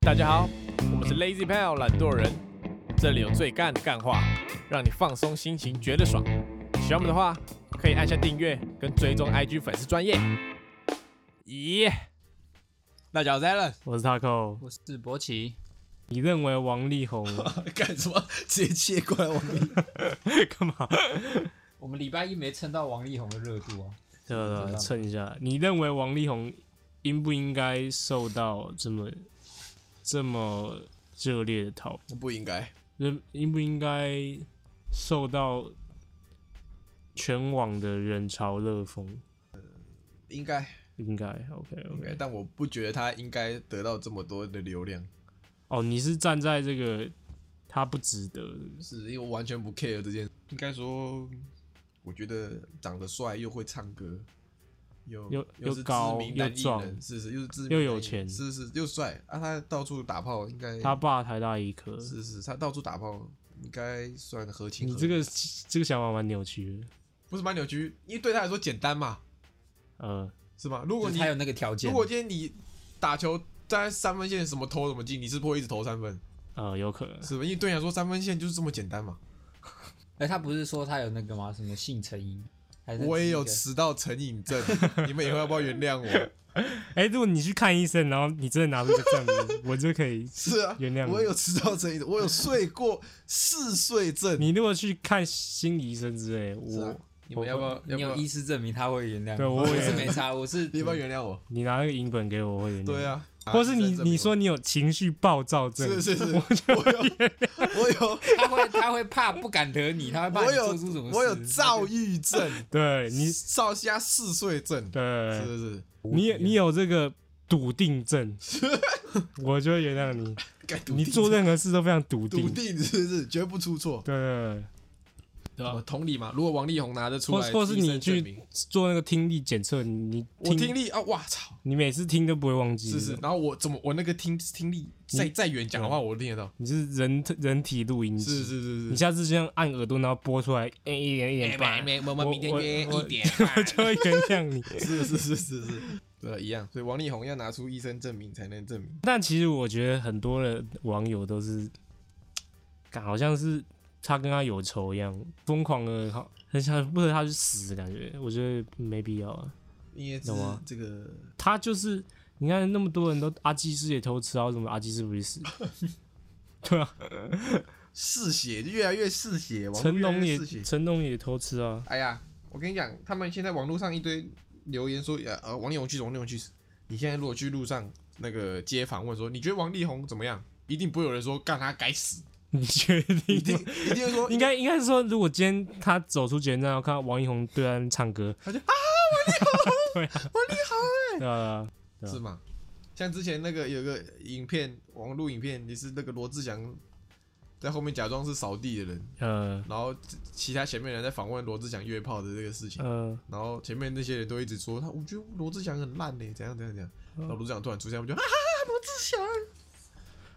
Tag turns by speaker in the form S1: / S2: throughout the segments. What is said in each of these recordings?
S1: 大家好，我们是 Lazy Pal 懒惰人，这里有最干的干话，让你放松心情，觉得爽。喜欢我们的话，可以按下订阅跟追踪 IG 粉丝专业。咦、
S2: 大家好，我是 Allen，
S3: 我是 Taco。
S2: 我是博奇。
S3: 你认为王力宏
S2: 干什么？直接切过来王力。
S3: 干嘛？
S2: 我们礼拜一没蹭到王力宏的热度啊。
S3: 对对对，蹭一下。你认为王力宏应不应该受到这么这么热烈的讨
S4: 不应该。
S3: 论？应不应该受到全网的人潮热风？
S4: 应该
S3: 应该 OK OK。
S4: 但我不觉得他应该得到这么多的流量，
S3: 哦，你是站在这个他不值得是不是
S4: 是因为我完全不 care 这件。应该说，我觉得长得帅又会唱歌，又
S3: 又
S4: 又是知
S3: 高
S4: 名
S3: 又
S4: 男艺
S3: 壮
S4: 人，是是又是知名
S3: 又
S4: 男
S3: 有
S4: 艺人
S3: 钱
S4: 是是又帅啊！他到处打炮，应该
S3: 他爸台大医科。
S4: 是是他到处打炮，应该算合情合
S3: 你
S4: 理。
S3: 这个这个想法蛮扭曲的。
S4: 不是蛮扭曲，因为对他来说简单嘛，
S3: 呃，
S4: 是吗？如果你
S2: 他有那个条件，
S4: 如果今天你打球站在三分线，什么投什么进，你是不是会一直投三分，
S3: 呃，有可能。
S4: 是吧？因为对你来说三分线就是这么简单嘛。
S2: 哎，他不是说他有那个吗？什么性成瘾？还是
S4: 我也有
S2: 只是
S4: 迟到成瘾症，你们以后要不要原 谅我？
S3: 哎、如果你去看医生，然后你真的拿出一个证明，我就可以。
S4: 是啊，
S3: 原谅你
S4: 我有迟到成瘾，我有睡过嗜睡症。
S3: 你如果去看心理医生之类，
S4: 是
S3: 我、
S4: 啊你们要不要？
S2: 一个？你
S4: 要
S2: 有
S4: 不要
S2: 医？师证明他会原谅你？
S3: 对我
S2: 我
S3: 也
S2: 是没差，我是
S4: 你要不要原谅我？
S3: 你拿那个银本给我，我会原谅。
S4: 对，啊，
S3: 嗯或是你
S4: 啊
S3: 你说你有情绪暴躁症，
S4: 是是是，我有 我有
S2: 他会他会怕不敢得你，他会怕
S4: 我
S2: 你做出什
S4: 有
S2: 么事。
S4: 我有躁郁症，
S3: 对你
S4: 少加嗜睡症，是
S3: 对，
S4: 不是？
S3: 你有你有这个笃定症，我就会原谅你。
S4: 该笃定
S3: 你做任何事都非常笃定。
S4: 笃定是不是绝不出错？
S3: 对对对，
S4: 对吧？同理嘛，如果王力宏拿得出
S3: 或
S4: 来，
S3: 或是
S4: 医
S3: 你
S4: 生证
S3: 去
S4: 明
S3: 做那个听力检测，你你
S4: 我听力啊，哇操！
S3: 你每次听都不会忘记。
S4: 是是，，然后我怎么我那个听听力再再远讲的话，我都听得到。
S3: 你是人人体录音机。
S4: 是是是
S3: 你
S4: 是，
S3: 下次这样按耳朵，然后播出来，哎一点一点半，
S2: 我
S3: 我
S2: 们明天约
S3: 我
S2: 一
S3: 我
S2: 点
S3: 我 就会原谅你。
S4: 是是是是是，对，啊一样。所以王力宏要拿出医生证明才能证明。
S3: 但其实我觉得很多的网友都是，感好像是他跟他有仇一样，疯狂的，好很想为了他去死的感觉。我觉得没必要啊。
S4: 因为这
S3: 懂吗
S4: 这个
S3: 他就是你看那么多人都阿基师也偷吃啊，为什么阿基师不会死？对啊，
S4: 嗜血越来越嗜血，网络
S3: 成
S4: 越来
S3: 龙
S4: 越
S3: 也
S4: 嗜血。
S3: 成龙也偷吃啊。
S4: 哎呀，我跟你讲，他们现在网络上一堆留言说，呃呃，王力宏去死，王力宏去死。你现在如果去路上那个街访问说，你觉得王力宏怎么样？一定不会有人说干他该死，
S3: 你确
S4: 一
S3: 定
S4: 定
S3: 吗？
S4: 一定会说
S3: 应该应该是说，如果今天他走出捷运站，然后看到王力宏对岸唱歌，
S4: 他就
S3: 啊， 王力宏，对啊，王力宏，对啊，对啊
S4: 是吗？像之前那个有个影片，网络影片也是那个罗志祥在后面假装是扫地的人，
S3: 呃
S4: 然后其其他前面人在访问罗志祥约炮的这个事情，
S3: 呃，
S4: 然后前面那些人都一直说他，我觉得罗志祥很烂呢、欸怎样怎样怎样。
S2: 嗯
S4: 然后罗志祥突然出现，我就啊，罗志祥，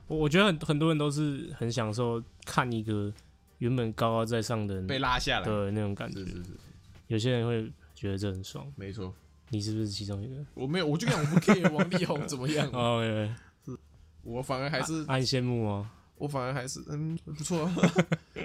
S3: 我我觉得很很多人都是很享受看一个原本高高在上的人
S4: 被拉下来，
S3: 的那种感觉
S4: 是，是是，
S3: 有些人会觉得这很爽，
S4: 没错。
S3: 你是不是其中一个？
S4: 我没有，我就讲我不 care 王力宏怎么 样，
S3: 哦，对对
S4: 我反而还是，
S3: 按羡慕哦，
S4: 我反而还是，嗯，不错 啊，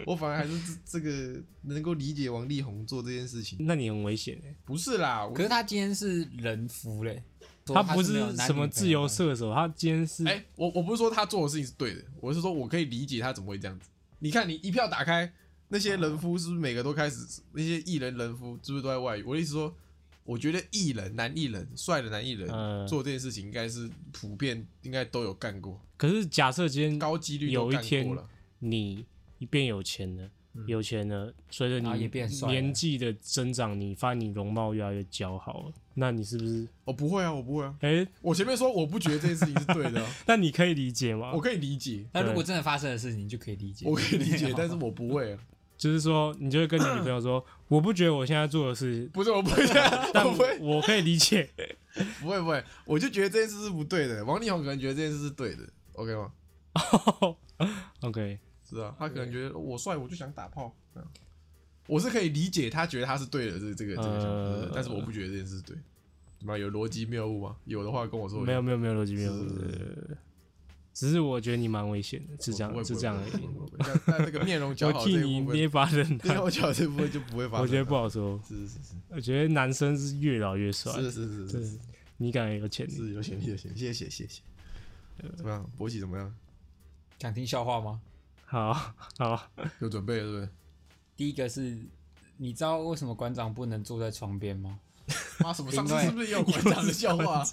S4: 我反而还是这这个能够理解王力宏做这件事情。
S3: 那你很危险欸
S4: 不是啦，我
S2: 可是他今天是人夫嘞，说
S3: 他
S2: 他
S3: 不
S2: 是没有
S3: 是
S2: 男
S3: 什
S2: 女
S3: 么
S2: 朋
S3: 自
S2: 友
S3: 由
S2: 关系
S3: 射手，他今天是
S4: 哎、我我不是说他做的事情是对的，我是说我可以理解他怎么会这样子。你看，你一票打开，那些人夫是不是每个都开始那些艺人人夫是不是都在外遇？我的意思说，我觉得艺人男艺人帅的男艺人、
S3: 嗯
S4: 做这件事情，应该是普遍应该都有干过，
S3: 可是假设今天
S4: 高几率
S3: 有
S4: 都
S3: 一
S4: 干
S3: 天
S4: 过了。
S3: 你变有钱了，有钱了，随着
S2: 然后
S3: 你
S2: 也变帅了
S3: 年纪的增长，你发现你容貌越来越姣好了，那你是不是？
S4: 我、不会啊，我不会啊，
S3: 哎、
S4: 我前面说我不觉得这件事情是 对的啊、
S3: 那你可以理解吗
S4: 我？可以理解，
S2: 那如果真的发生的事情，你就可以理解。
S4: 我可以理 解，但是我不会啊，
S3: 就是说，你就会跟你女朋友说，我不觉得我现在做的事，
S4: 不是我不会这样，
S3: 但
S4: 我不会，
S3: 我可以理解。
S4: 不会不会，我就觉得这件事是不对的。王力宏可能觉得这件事是对的，OK 吗？
S3: OK，
S4: 是啊，他可能觉得我帅，我就想打炮。这样我是可以理解他觉得他是对的，这这个这个想法，
S3: 呃
S4: 但是我不觉得这件事是对。呃怎么样有逻辑谬误吗？有的话跟我说。
S3: 没有没有没有逻辑没有，
S4: 是
S3: 对对对对只是我觉得你蛮危险的，是这
S4: 不会
S3: 样，是这样而已。
S4: 不会不会不会那那这个面容姣
S3: 我
S4: 好
S3: 替
S4: 这
S3: 你
S4: 一部分，
S3: 捏把冷
S4: 面
S3: 汗，
S4: 容姣好这部分就不会发生。
S3: 我觉得不，好说。
S4: 是是是
S3: 我觉得男生是越老越帅，
S4: 是是是
S3: 对
S4: 是是，
S3: 你感觉有潜力。
S4: 是有潜力有潜力，谢谢谢谢。怎么样，博喜怎么样？
S2: 想听笑话吗？
S3: 好好，
S4: 有准备了是不是？
S2: 第一个是，你知道为什么馆长不能坐在床边吗？
S4: 妈什么？上次是不是也有馆长的笑 话？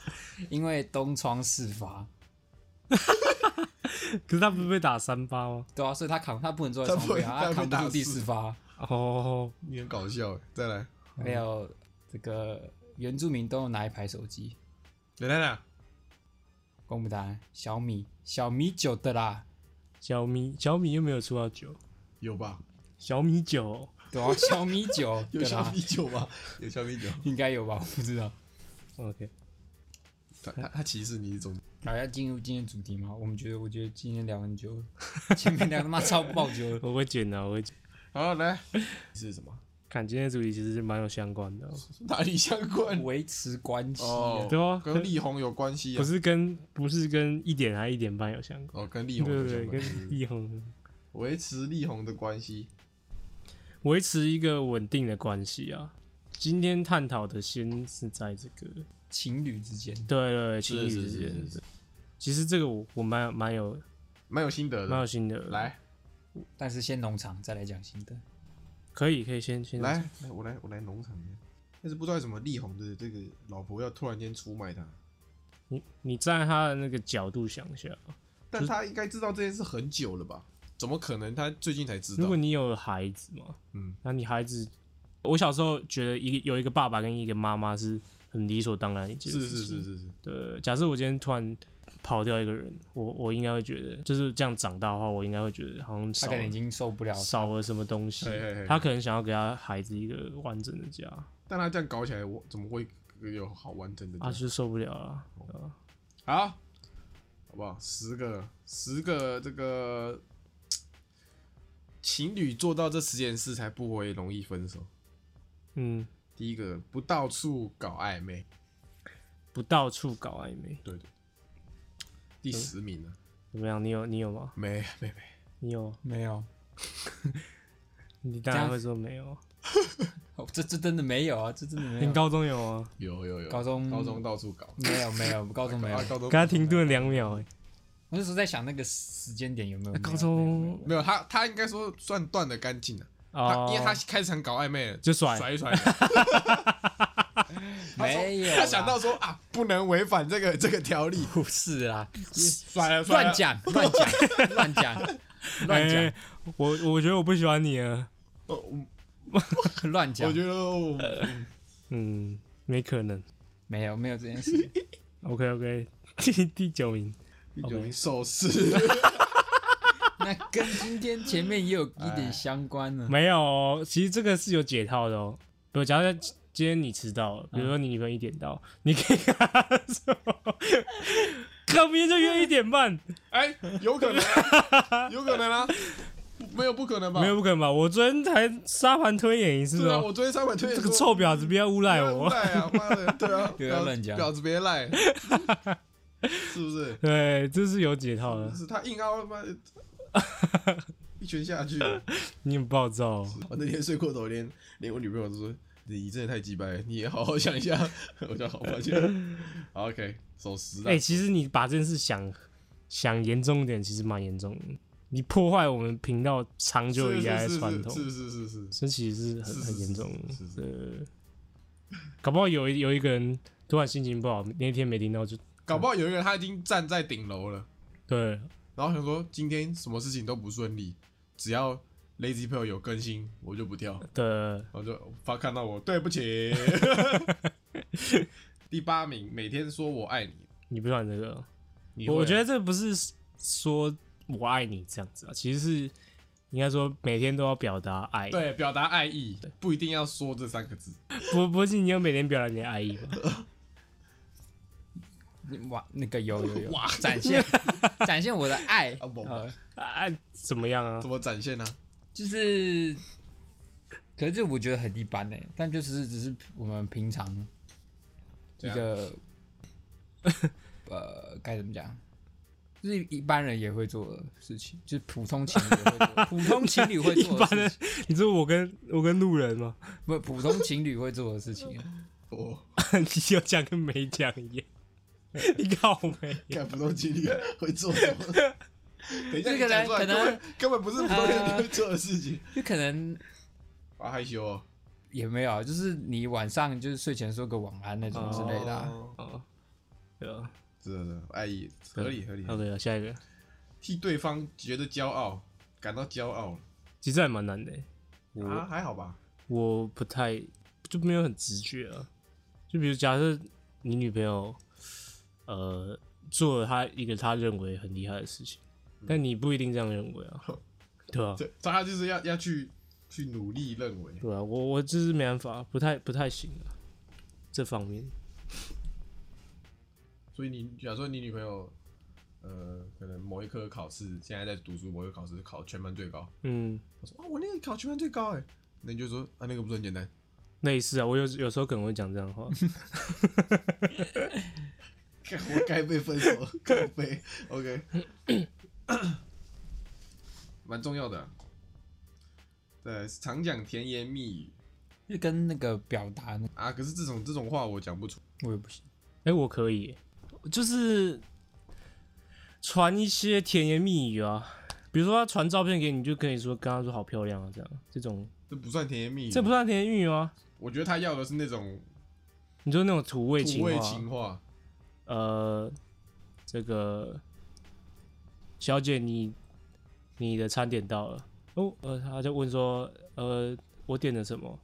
S2: 因为东窗事发。
S3: 可是他不是被打三八吗？
S2: 对啊，所以他扛他不能坐在床边
S4: 他
S2: 啊，他
S4: 不会
S2: 扛
S4: 他会
S2: 不
S4: 打
S2: 住第
S4: 死
S2: 四发。
S3: 哦，
S4: 你很搞笑欸，再来，
S2: 还有这个原住民都有哪一排手机？
S4: 来来来，
S2: 公布答案：小米，小米九的啦。
S3: 小米小米又没有出到九，
S4: 有吧？
S3: 小米九
S2: 对 啊，小米九
S4: 有
S2: 的
S4: 小
S2: 啦，
S4: 米酒吧？有小米酒。
S2: 应该有吧？我不知道。
S3: ，OK，
S4: 他他他歧视你一种，
S2: 好，要进入今天主题吗？我们觉得，我觉得今天聊很久了，前面聊他妈超爆久 了。
S3: 我会剪啊的，我会剪。
S4: 好来是什么？
S3: 看今天的主题其实是蛮有相关的哦，
S4: 哪里相关？
S2: 维持关系啊、
S4: 哦，
S3: 对啊
S4: 跟力宏有关系
S3: 不
S4: 啊。
S3: 是跟不是跟一点还一点半有相关，
S4: 哦，跟力
S3: 对
S4: 宏有
S3: 对
S4: 相
S3: 对，
S4: 关，是
S3: 跟
S4: 是是
S3: 一红
S4: 维持力宏的关系。
S3: 维持一个稳定的关系啊。今天探讨的先是在这个
S2: 情侣之间，
S3: 对对对情
S4: 是
S3: 侣
S4: 是
S3: 之
S4: 是是
S3: 间
S4: 是
S3: 的，其实这个我我蛮有蛮有
S4: 蛮有心得
S3: 蛮有
S4: 的。
S3: 心得，
S4: 来
S2: 但是先农场再来讲心得。
S3: 可以可以先先
S4: 来，来我来我来农场一下。但是不知道为什么力宏的这个老婆要突然间出卖他，
S3: 你你站在他的那个角度想一下，
S4: 但他应该知道这件事很久了吧？怎么可能他最近才知
S3: 如
S4: 道
S3: 果？你有孩子嘛，
S4: 嗯，
S3: 那你孩子，我小时候觉得一个有一个爸爸跟一个妈妈是很理所当然的一件
S4: 是
S3: 事
S4: 是
S3: 情。
S4: 是是是，
S3: 对，假设我今天突然跑掉一个人，我我应该会觉得，就是这样长大的话，我应该会觉得好像
S2: 他
S3: 少
S2: 可能已
S3: 了
S2: 经受不了，
S4: 哦
S3: 少了什么东西
S4: 嘿嘿嘿。
S3: 他可能想要给他孩子一个完整的家，
S4: 但他这样搞起来，我怎么会有好完整的家？
S3: 啊，就是受不了了。
S4: 好，好不好？十个，十个这个情侣做到这十件事才不会容易分手。
S3: 嗯，
S4: 第一个，不到处搞暧昧，
S3: 不到处搞暧昧，
S4: 对对。第十名啊呢？
S3: 怎么样？你有你有吗？
S4: 没没没，
S3: 你有？
S2: 没有，
S3: 你当
S2: 这
S3: 然
S2: 样
S3: 会说没有啊。
S2: 哦这这真的没有啊，这真的没
S3: 你
S2: 有，
S3: 高中有啊？
S4: 有有有，
S2: 高中
S4: 高中到处搞，
S2: 没有没有，高中没有
S4: 啊，。高中
S3: 刚刚停顿两秒、欸，
S2: 我那时候在想那个时间点有没有
S3: 哎，。高
S2: 没有
S3: 中
S4: 没有他，他应该说算断的干净了。啊
S3: 哦，
S4: 他因为他开始想搞暧昧了，
S3: 就甩
S4: 甩一 甩了。
S2: 没有啦，
S4: 他想到说啊，不能违反这个这个条例，
S2: 不是啦，
S4: 甩了甩了
S2: 乱。讲乱讲乱讲乱
S3: 哎我我觉得我不喜欢你啊。
S4: 哦我
S2: 讲乱
S4: 我
S2: 讲，
S4: 觉得哦我
S3: 嗯，没可能。
S2: 没有没有这件事，
S3: OK OK，第 第九名，
S4: 第九名 手势，
S2: 那跟今天前面也有一点相关呢。
S3: 没有、哦，其实这个是有解套的哦。比如假设今天你迟到了，比如说你女朋友一点到，你可以跟她说，可明天就约一点 半，
S4: 哎，有可能啊， 有可能啊，没有不可能吧？
S3: 没有不可能吧？我昨天才沙盘推演一次
S4: 对啊，
S3: 哦，
S4: 我昨天三百推
S3: 这个臭婊子不要诬赖我。
S4: 赖啊，妈的，对 啊，
S2: 不要
S4: 婊
S2: 乱讲
S4: 婊子别赖，是不是？
S3: 对，这是有解套的，
S4: 是他硬凹他妈的一拳下 去。
S3: 你很暴躁、哦。
S4: 我那天睡过头，连连我女朋友都说：“你真的太鸡掰了，你也好好想一下。” 我就好抱歉。好 OK，守时啊
S3: 哎、，其实你把这件事想想严重一点，其实蛮严重的。你破坏我们频道长久以来的传统，
S4: 是是是是是，
S3: 这其实是很
S4: 是是
S3: 很严重的。
S4: 是是是
S3: 对搞不好有一有一个人突然心情不好，那天没听到就
S4: 搞不好有一个人他已经站在顶楼了。
S3: 对，
S4: 然后想说今天什么事情都不顺利，只要 Lazy 朋友有更新，我就不跳。
S3: 的
S4: 然后就发看到我，对不起。 第八名，每天说我爱你，
S3: 你不算这个，
S4: 你
S3: 我
S4: 会
S3: 我
S4: 啊
S3: 觉得这不是说我爱你这样子啊，其实是应该说每天都要表达爱。，
S4: 对表达爱意，不一定要说这三个字。
S3: 不不是你有每天表达你的爱意吗？ 哎
S2: 哇，那个有有有，展现展现我的爱，
S4: 啊不
S2: 呃
S3: 啊，怎么样 啊
S4: 怎？么展现呢、
S2: 就是，可是这我觉得很一般呢，但就是只是我们平常一
S4: 怎样
S2: 个呃该怎么讲，就是一般人也会做的事情，就是普通情侣也会做，普通情侣会做
S3: 一
S2: 的
S3: 般
S2: 事
S3: 人
S2: 情，
S3: 你说我跟我跟路人吗？
S2: 不，普通情侣会做的事情。
S4: 哦，
S3: 你有讲跟没讲一样，你搞没？
S4: 看普通 情侣会做什 么？等一下，
S2: 这个
S4: 你讲出来
S2: 可能
S4: 根本根本不是普通情侣会做的事情，
S2: 就可能
S4: 好害羞哦
S2: 也没有啊，就是你晚上就是睡前说个晚安那种之类的、啊。
S4: 哦
S3: 哦，对啊，
S4: 真的真的爱意合理合理，
S3: 好的，下一个
S4: 替对方觉得骄傲，感到骄傲
S3: 其实还蛮难的欸，我
S4: 啊，还好吧？
S3: 我不太就没有很直觉啊。就比如假设你女朋友，呃，做了她一个她认为很厉害的事情，但你不一定这样认为啊，嗯 对啊，
S4: 对，大家就是要要去去努力认为，
S3: 对啊，我我就是没办法，不太不太行啊，这方面。
S4: 所以你假如说你女朋友，呃，可能某一科考试现在在读书，某一科考试考全班最高，
S3: 嗯，
S4: 我说啊，我那个考全班最高哎，那你就说啊，那个不是很简单，
S3: 类似啊，我有有时候可能会讲这样的话，
S4: 干活该被分手，靠背，OK，蛮重要的啊、对，常讲甜言蜜语
S2: 就跟那个表达呢，
S4: 啊，可是这种这种话我讲不出，
S2: 我也 不行。
S3: 哎、我可以，就是传一些甜言蜜语啊，比如说他传照片给你，就可以说跟他说好漂亮啊，这样这种，
S4: 这不算甜言蜜语，
S3: 这不算甜言蜜语吗？
S4: 我觉得他要的是那种
S3: 你说那种土味
S4: 土
S3: 情话，
S4: 味情话，
S3: 呃，这个小姐你你的餐点到了哦，呃，他就问说，呃，我点了什么？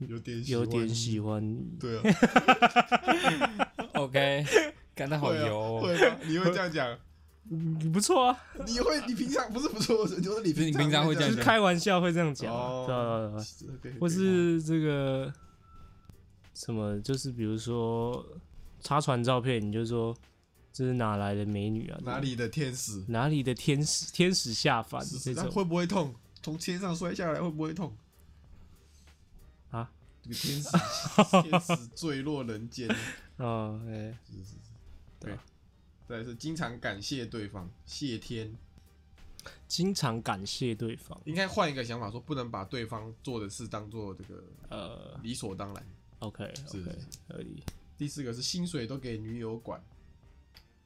S4: 有点喜
S3: 有
S4: 欢
S3: 点喜欢你，
S4: 对啊，
S2: OK，感到好
S4: 会啊
S2: 油、哦。
S4: 会吗？你会这样讲？
S3: 嗯不错啊，
S4: 你会你平常不是不是我说，就是你
S2: 是你平常会这
S3: 就
S2: 样
S3: 是开玩笑会这样讲啊、
S4: 哦
S3: 对啊对啊对啊
S4: 讲，对
S3: 或是这个什么，就是比如说他传照片，你就说这是哪来的美女啊？
S4: 哪里的天使？
S3: 哪里的天使天使下凡
S4: 是
S3: 这
S4: 那
S3: 种，
S4: 会不会痛？从天上摔下来会不会痛？
S3: 啊，
S4: 这个天使天使坠落人间，
S3: 嗯，哎、
S4: 对，是经常感谢对方，谢天。
S3: 经常感谢对方，
S4: 应该换一个想法，说不能把对方做的事当做这个
S3: 呃
S4: 理所当然。
S3: ，OK
S4: 是
S3: OK，合理，
S4: 第四个是薪水都给女友管，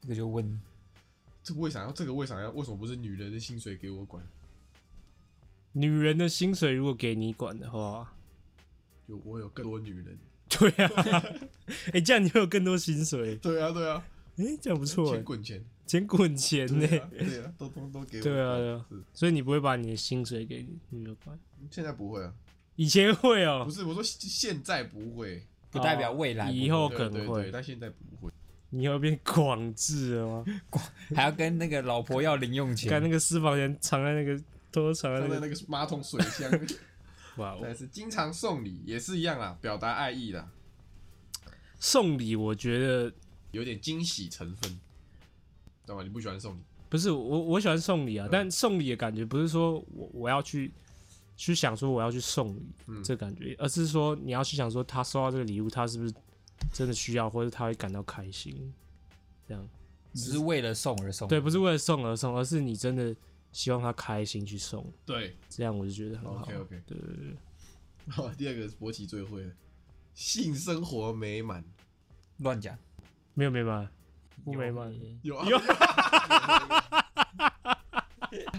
S2: 这个就问，
S4: 这个为啥要？这个为啥要？为什么不是女人的薪水给我管？
S3: 女人的薪水如果给你管的话，
S4: 就我有更多女人。
S3: 对啊，哎、这样你会有更多薪水，
S4: 对啊，对啊，
S3: 哎、这样不错、
S4: 钱
S3: 欸，
S4: 滚钱。
S3: 钱滚钱呢、
S4: 对啊，对啊，都通都给我。
S3: 对啊对啊
S4: 是
S3: 所以你不会把你的薪水给女友管，
S4: 现在不会啊，
S3: 以前会哦、
S4: 不是我说现现在不会，
S2: 不代表未来不会
S3: 以后
S4: 对
S3: 哦可
S4: 对
S3: 能
S4: 对，
S3: 会，
S4: 但现在不会。
S3: 你要变 广智了吗？
S2: 还要跟那个老婆要零用
S3: 看
S2: 钱
S3: 那。个私房钱藏在那个，偷偷藏在
S4: 放
S3: 那
S4: 在
S3: 个，
S4: 那个马桶水 箱，
S3: 哇哦，
S4: 但是经常送礼也是一样啦，表达爱意啦，
S3: 送礼我觉得
S4: 有点惊喜成分，知道吗？你不喜欢送礼，
S3: 不是我，我喜欢送礼啊，但送礼的感觉不是说我我要去去想说我要去送礼、这感觉，而是说你要去想说他收到这个礼物，他是不是真的需要，或者他会感到开心，这样
S2: 只是为了送而送，
S3: 对，不是为了送而送，而是你真的希望他开心去送，
S4: 对
S3: 这样我就觉得很好。
S4: ，OK OK。
S3: 对对对，
S4: 好，第二个是博奇最会的，性生活美满，
S2: 乱讲。
S3: 没有没满，不美满，
S4: 有啊有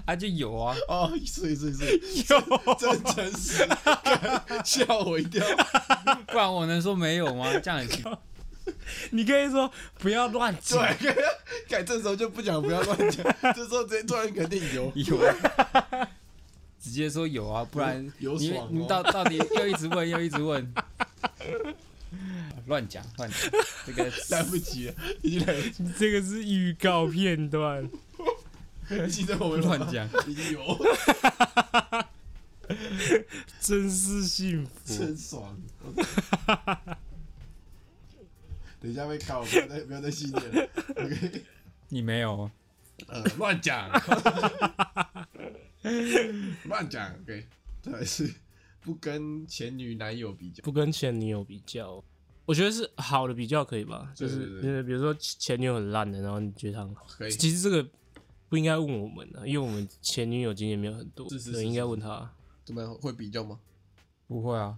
S2: 啊，就有啊，
S4: 哦，是是是， 真诚实，干吓我一 跳。
S2: 不然我能说没有 吗？这样很奇怪。
S3: 你可以说不要乱讲，
S4: 对，改这时候就不讲，不要乱 讲，这时候直接突然肯定有。
S2: 有啊，直接说有啊，不然
S4: 有有
S2: 你
S4: 爽哦
S2: 你到到底又一直问又一直问，乱讲乱讲，这 个
S4: 来不及了，已经来不及了
S3: 这个是预告片段。
S4: 性生活美满
S2: 乱讲，
S4: 已经有，
S3: 真是幸
S4: 真
S3: 福。
S4: 爽。 等一下被考，不要再不要再信念了。OK，
S2: 你没有哦，
S4: 呃，乱讲， 乱讲。OK，再来是不跟前女男友比较，
S3: 不跟前女友比较，我觉得是好的比较可以吧，就
S4: 对对
S3: 是
S4: 对哎
S3: 就是比如说前女友很烂的，然后你觉得她很好，
S4: 可以
S3: 其实这个不应该问我们啊，因为我们前女友经验没有很多，
S4: 是是
S3: 对
S4: 是
S3: 应该
S4: 是
S3: 问他。
S4: 怎么样会比较吗？
S2: 不会啊，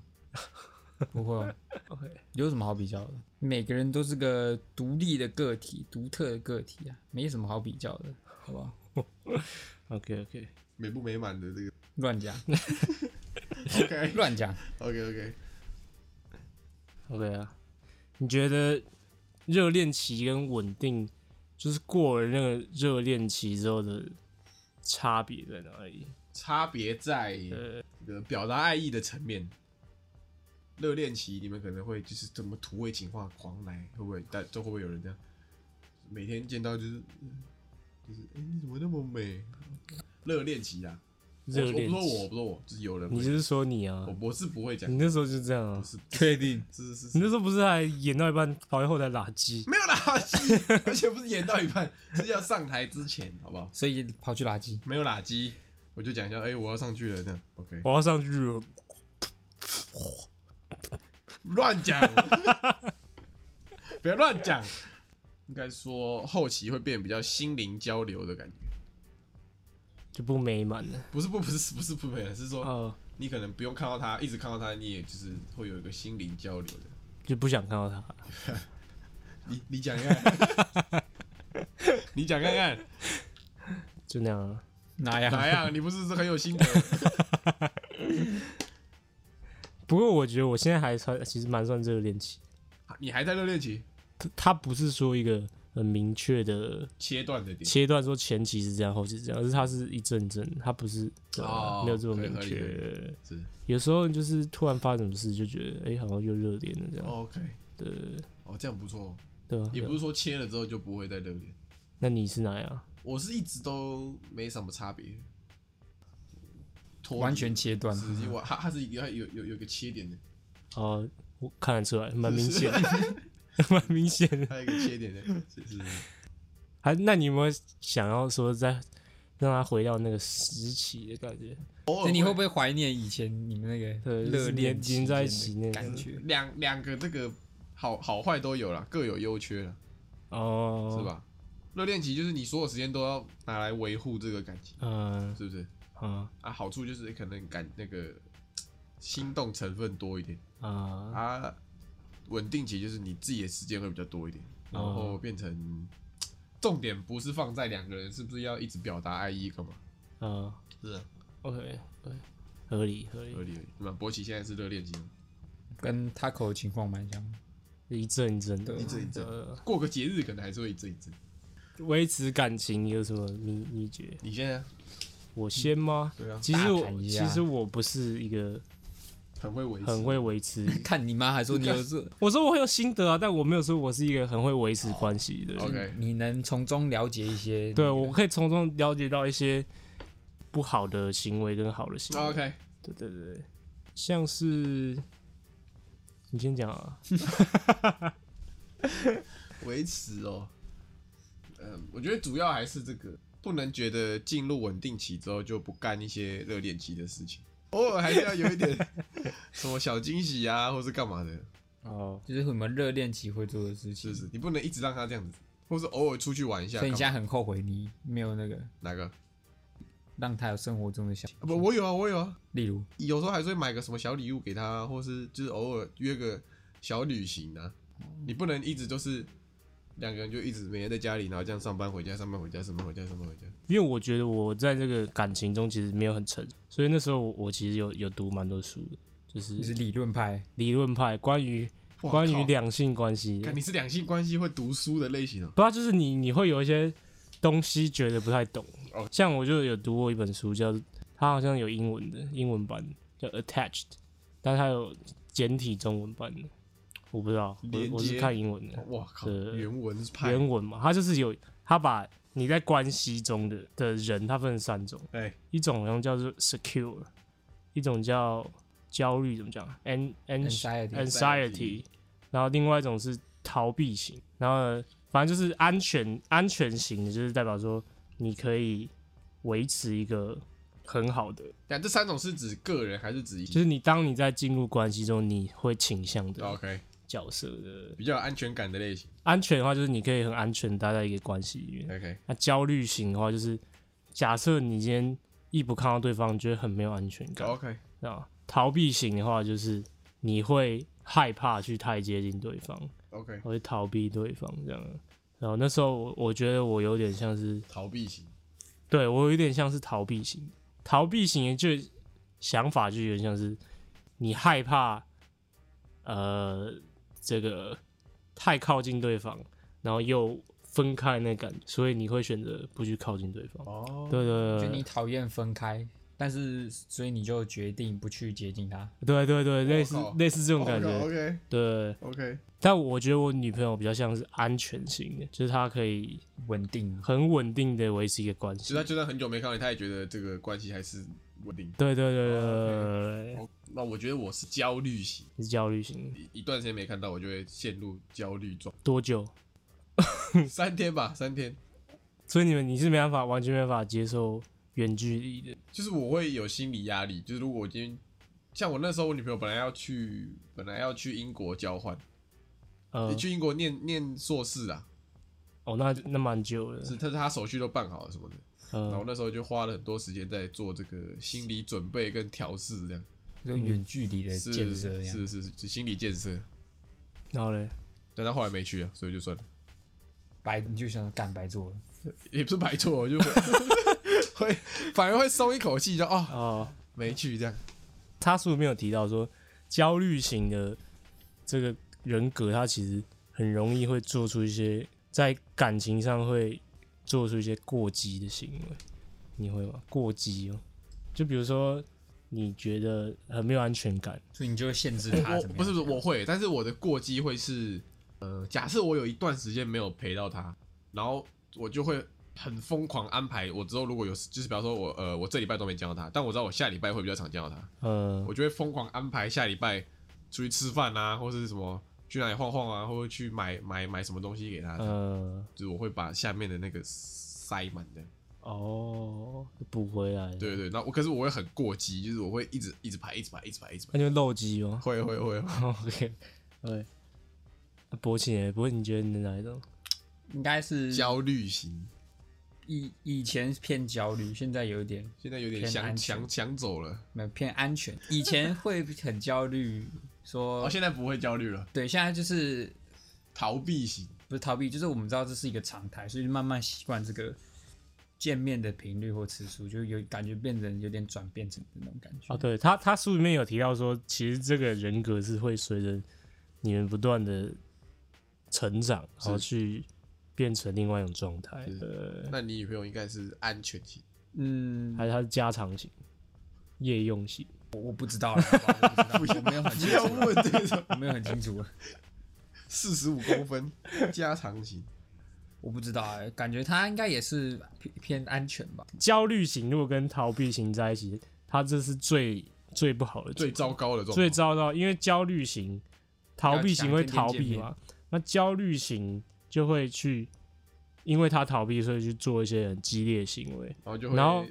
S2: 不 会、啊。
S3: OK，
S2: 有什么好比较的？每个人都是个独立的个体，独特的个体啊，没什么好比较的，好不好？
S3: OK OK，
S4: 美不美满的这个
S2: 乱 讲，
S4: ，OK
S2: 乱讲。
S4: OK OK，
S3: OK 啊，你觉得热恋期跟稳定，就是过了那个热恋期之后的差别在哪里？
S4: 差别在这个表达爱意的层面。热恋期你们可能会就是怎么土味情话狂来，会不会？但都会不会有人这样？每天见到就是就是，哎、你怎么那么美？热恋期啊，我
S3: 热
S4: 我不
S3: 恋
S4: 说我，我
S3: 期，
S4: 不说我，就是有人会
S3: 你就是说你啊
S4: 我，我是不会讲
S3: 你，那时候就这样啊
S4: 不，是
S2: 确定？
S4: 是是
S3: 你
S4: 是
S3: 那时候不是还演到一半跑在后台拉鸡？
S4: 没有啦，而且不是演到一半，是要上台之前，好不好？
S2: 所以跑去垃圾。
S4: 没有垃圾，我就讲一下，哎、我要上去了，这样 OK，
S3: 我要上去了，
S4: 乱讲，不要乱讲。应该说后期会变比较心灵交流的感觉，
S3: 就不美满了。
S4: 不是不不是不是不美，是说
S3: 哦，
S4: 你可能不用看到他，一直看到他，你也就是会有一个心灵交流的。
S3: 就不想看到他。
S4: 你你讲看看，你讲看看，
S3: 就那样、啊。
S2: 哪样？
S4: 哪样？你不是很有心得？
S3: 不过我觉得我现在还算，其实蛮算热恋期。
S4: 你还在热恋期？
S3: 它它不是说一个很明确的
S4: 切断的点
S3: 切断，说前期是这样，后期是这样，而是它是一阵阵，它不是、对啊
S4: 哦
S3: 没有这么
S4: 可以
S3: 明
S4: 合理合理
S3: 确。
S4: 是
S3: 有时候就是突然发生什么事，就觉得哎、诶好像又热恋了这样，
S4: OK，
S3: 对
S4: 哦，这样不错，
S3: 对吧、
S4: 也
S3: 对
S4: 不
S3: 啊
S4: 是说切了之后就不会再热恋。
S3: 那你是哪啊样？
S4: 我是一直都没什么差别，脱离
S2: 完全切断。
S4: 是因为它它是一个它有有有一个切 点的，
S3: 哦、我看得出来，蛮明 显，蛮明显的。
S4: 它有一个切点的，是是是
S3: 还那你有没有想要说再让他回到那个时期的感觉？
S4: 偶
S2: 那
S4: 尔
S2: 你会不会怀念以前你们那个
S3: 对就是
S2: 热
S3: 连
S2: 恋
S3: 连在一
S2: 期
S3: 起
S2: 间的
S3: 那个
S2: 感觉？
S4: 两两个这个好好坏都有啦，各有优缺啦，
S3: 哦，
S4: 是？吧？热恋期就是你所有时间都要拿来维护这个感情，
S3: 嗯、
S4: 是不是？
S3: 啊
S4: 啊，好处就是可能感那个心动成分多一点。
S3: 啊
S4: 啊，稳定期就是你自己的时间会比较多一点，然后变成重点不是放在两个人是不是要一直表达爱意干嘛？
S3: 啊
S4: 是啊，
S3: ，OK，对，合理合理
S4: 合，理合理。那博奇现在是热恋期吗，
S2: 跟他口的情况蛮像的。
S3: 一阵一阵的
S2: 对，一
S4: 阵一阵
S3: 呃
S4: 过个节日可能还是会一阵一阵。
S3: 维持感情有什么秘秘诀？
S4: 你啊现在
S3: 我先吗？
S4: 对啊
S3: 其实
S2: 大
S3: 我
S2: 谈一下
S3: 其实我不是一个
S4: 很会维持，
S3: 很会维持，
S2: 看你妈还说你有这，
S3: 我说我有心得啊，但我没有说我是一个很会维持关系的人。
S4: 哦 OK，
S2: 你能从中了解一些。
S3: 对，我可以从中了解到一些不好的行为跟好的行为。
S4: OK，
S3: 对对对，对像是你先讲啊，
S4: 维持哦。嗯，我觉得主要还是这个，不能觉得进入稳定期之后就不干一些热恋期的事情， 偶尔还是要有一点 什么小惊喜啊，或是干嘛的。
S3: 哦，
S2: 就是我们热恋期会做的
S4: 是
S2: 事情。
S4: 不是？你不能一直让他这样子，或是偶尔出去玩一下。
S2: 所以你现
S4: 干
S2: 在
S4: 嘛
S2: 很后悔你没有那个
S4: 哪个？啊
S2: 让他有生活中的小，
S4: 不，我有啊，我有啊，
S2: 例如
S4: 有时候还是会买个什么小礼物给他，或是就是偶尔约个小旅行啊。
S3: 嗯
S4: 你不能一直就是两个人就一直每天在家里，然后这样上班回家，上班回家，上班回家，上班回家。
S3: 因为我觉得我在这个感情中其实没有很成熟，所以那时候我我其实有有读蛮多书的，就
S2: 你
S3: 是
S2: 是理论派，
S3: 理论派关于
S4: 哇
S3: 关于
S4: 靠
S3: 两性关系的，
S4: 看你是两性关系会读书的类型哦、
S3: 不啊，就是你你会有一些东西觉得不太懂，
S4: 哦
S3: 像我就有读过一本书叫，它好像有英文的英文版叫 Attached，但它有简体中文版的，我不知道，我
S4: 连
S3: 我是
S4: 接
S3: 看英文的。
S4: 哇靠，
S3: 对
S4: 原文派，
S3: 原文嘛，它就是有，它把你在关系中的的人，它分成三种，
S4: 哎、
S3: 一种好像叫做 secure，一种叫焦虑，怎么讲？an an
S2: Anxiety
S3: anxiety，然后另外一种是逃避型，然后呢反正就是安全安全型的，就是代表说你可以维持一个很好的，
S4: 但这三种是指个人还是指一哦
S3: 就是你当你在进入关系中，你会倾向的
S4: OK
S3: 角色的。
S4: 比较有安全感的类型。
S3: 安全的话，就是你可以很安全地待在一个关系里面。
S4: OK，
S3: 那焦虑型的话，就是假设你今天一不看到对方，你觉得很没有安全感。
S4: OK，
S3: 啊，逃避型的话，就是你会害怕去太接近对方，
S4: OK，
S3: 会逃避对方这样。然后那时候我我觉得我有点像是，
S4: 逃避型。
S3: 对我有点像是逃避型，逃避型的就想法就有点像是你害怕，呃，这个太靠近对方，然后又分开那感觉，所以你会选择不去靠近对方。
S4: 哦，
S3: 对对
S2: 就
S3: 对
S2: 你讨厌分开，但是所以你就决定不去接近他。
S3: 对对对，类似
S4: 我靠
S3: 类似这种感觉，
S4: OK
S3: 对。
S4: OK，
S3: 但我觉得我女朋友比较像是安全型的，就是她可以
S2: 稳定，
S3: 很稳定的维持一个关
S4: 其
S3: 系
S4: 实。他就算很久没看到你，他也觉得这个关系还是稳定。
S3: 对对对对对对，
S4: 哦那我觉得我是焦虑型，
S3: 是焦虑型。
S4: 一一段时间没看到，我就会陷入焦虑 状。
S3: 多久？
S4: 三天吧，三天，
S3: 所以你们你是没办法，完全没办法接受远距离的。
S4: 就是我会有心理压力。就是如果我今天，像我那时候，我女朋友本来要去，本来要去英国交换，
S2: 嗯
S3: 呃，
S4: 去英国念念硕士啊，
S3: 哦，那那蛮久
S2: 嗯
S3: 了。
S4: 是她她手续都办好了什么的。然后
S3: 呃，
S4: 那时候就花了很多时间在做这个心理准备跟调试，这样
S2: 就远距离的
S4: 是
S2: 建设这样。
S4: 是是是心理建设。
S3: 然后嘞，
S4: 但他后来没去啊，所以就算了，
S2: 白你就想干白做了，
S4: 也不是白做， 就会会反而会松一口气，就哦
S3: 哦，
S4: 没去这样。
S3: 他是不是没有提到说焦虑型的这个人格，他其实很容易会做出一些在感情上会做出一些过激的行为，你会吗？过激哦，就比如说你觉得很没有安全感，
S2: 所以你就会限制他
S4: 我
S2: 怎么样？
S4: 不是不是我会，但是我的过激会是，呃，假设我有一段时间没有陪到他，然后我就会很疯狂安排。我之后如果有，就是比方说我呃，我这礼拜都没见到他，但我知道我下礼拜会比较常见到他，
S3: 呃
S4: 我就会疯狂安排下礼拜出去吃饭啊，或是什么去哪里晃晃啊，或者去买买买什么东西给
S2: 嗯
S4: 他，
S3: 呃，
S4: 就是我会把下面的那个塞满的。
S3: 哦，补回来，
S4: 对，对，那我可是我会很过激，就是我会一直一直排，一直排，一直排，一直排。
S3: 那就漏机哦。
S4: 会会会，
S3: OK，对，博奇耶，不过你觉得你的哪一种？
S2: 应该是
S4: 焦虑型，
S2: 以以前偏焦虑，现在有一点
S4: 现在有点
S2: 偏
S4: 想
S2: 安全
S4: 想想走了。
S2: 没有偏安全。以前会很焦虑，
S4: 哦，
S2: 说
S4: 现在不会焦虑了，
S2: 对，现在就是
S4: 逃避型。
S2: 不是逃避，就是我们知道这是一个常态，所以慢慢习惯这个见面的频率或次数，就有感觉变成有点转变成那种感觉。
S3: 哦，对他，他书里面有提到说，其实这个人格是会随着你们不断的成长，然后去变成另外一种状态。呃，
S4: 那你女朋友应该是安全型，
S2: 嗯，
S3: 还有他是加长型、夜用型。
S2: 我我不知道啦，好不好我不知道我没有很清
S4: 不要
S2: 楚，
S4: 问这种
S2: 我没有很清楚，
S4: 四十五公分 加长型。
S2: 我不知道哎、感觉他应该也是偏偏安全吧。
S3: 焦虑型如果跟逃避型在一起，他这是最最不好的组合，
S4: 最糟糕的状况，
S3: 最糟糕，因为焦虑型、逃避型会逃避
S2: 要
S3: 嘛，那焦虑型就会去，因为他逃避，所以去做一些很激烈的行为。
S4: 然后就会，
S3: 然后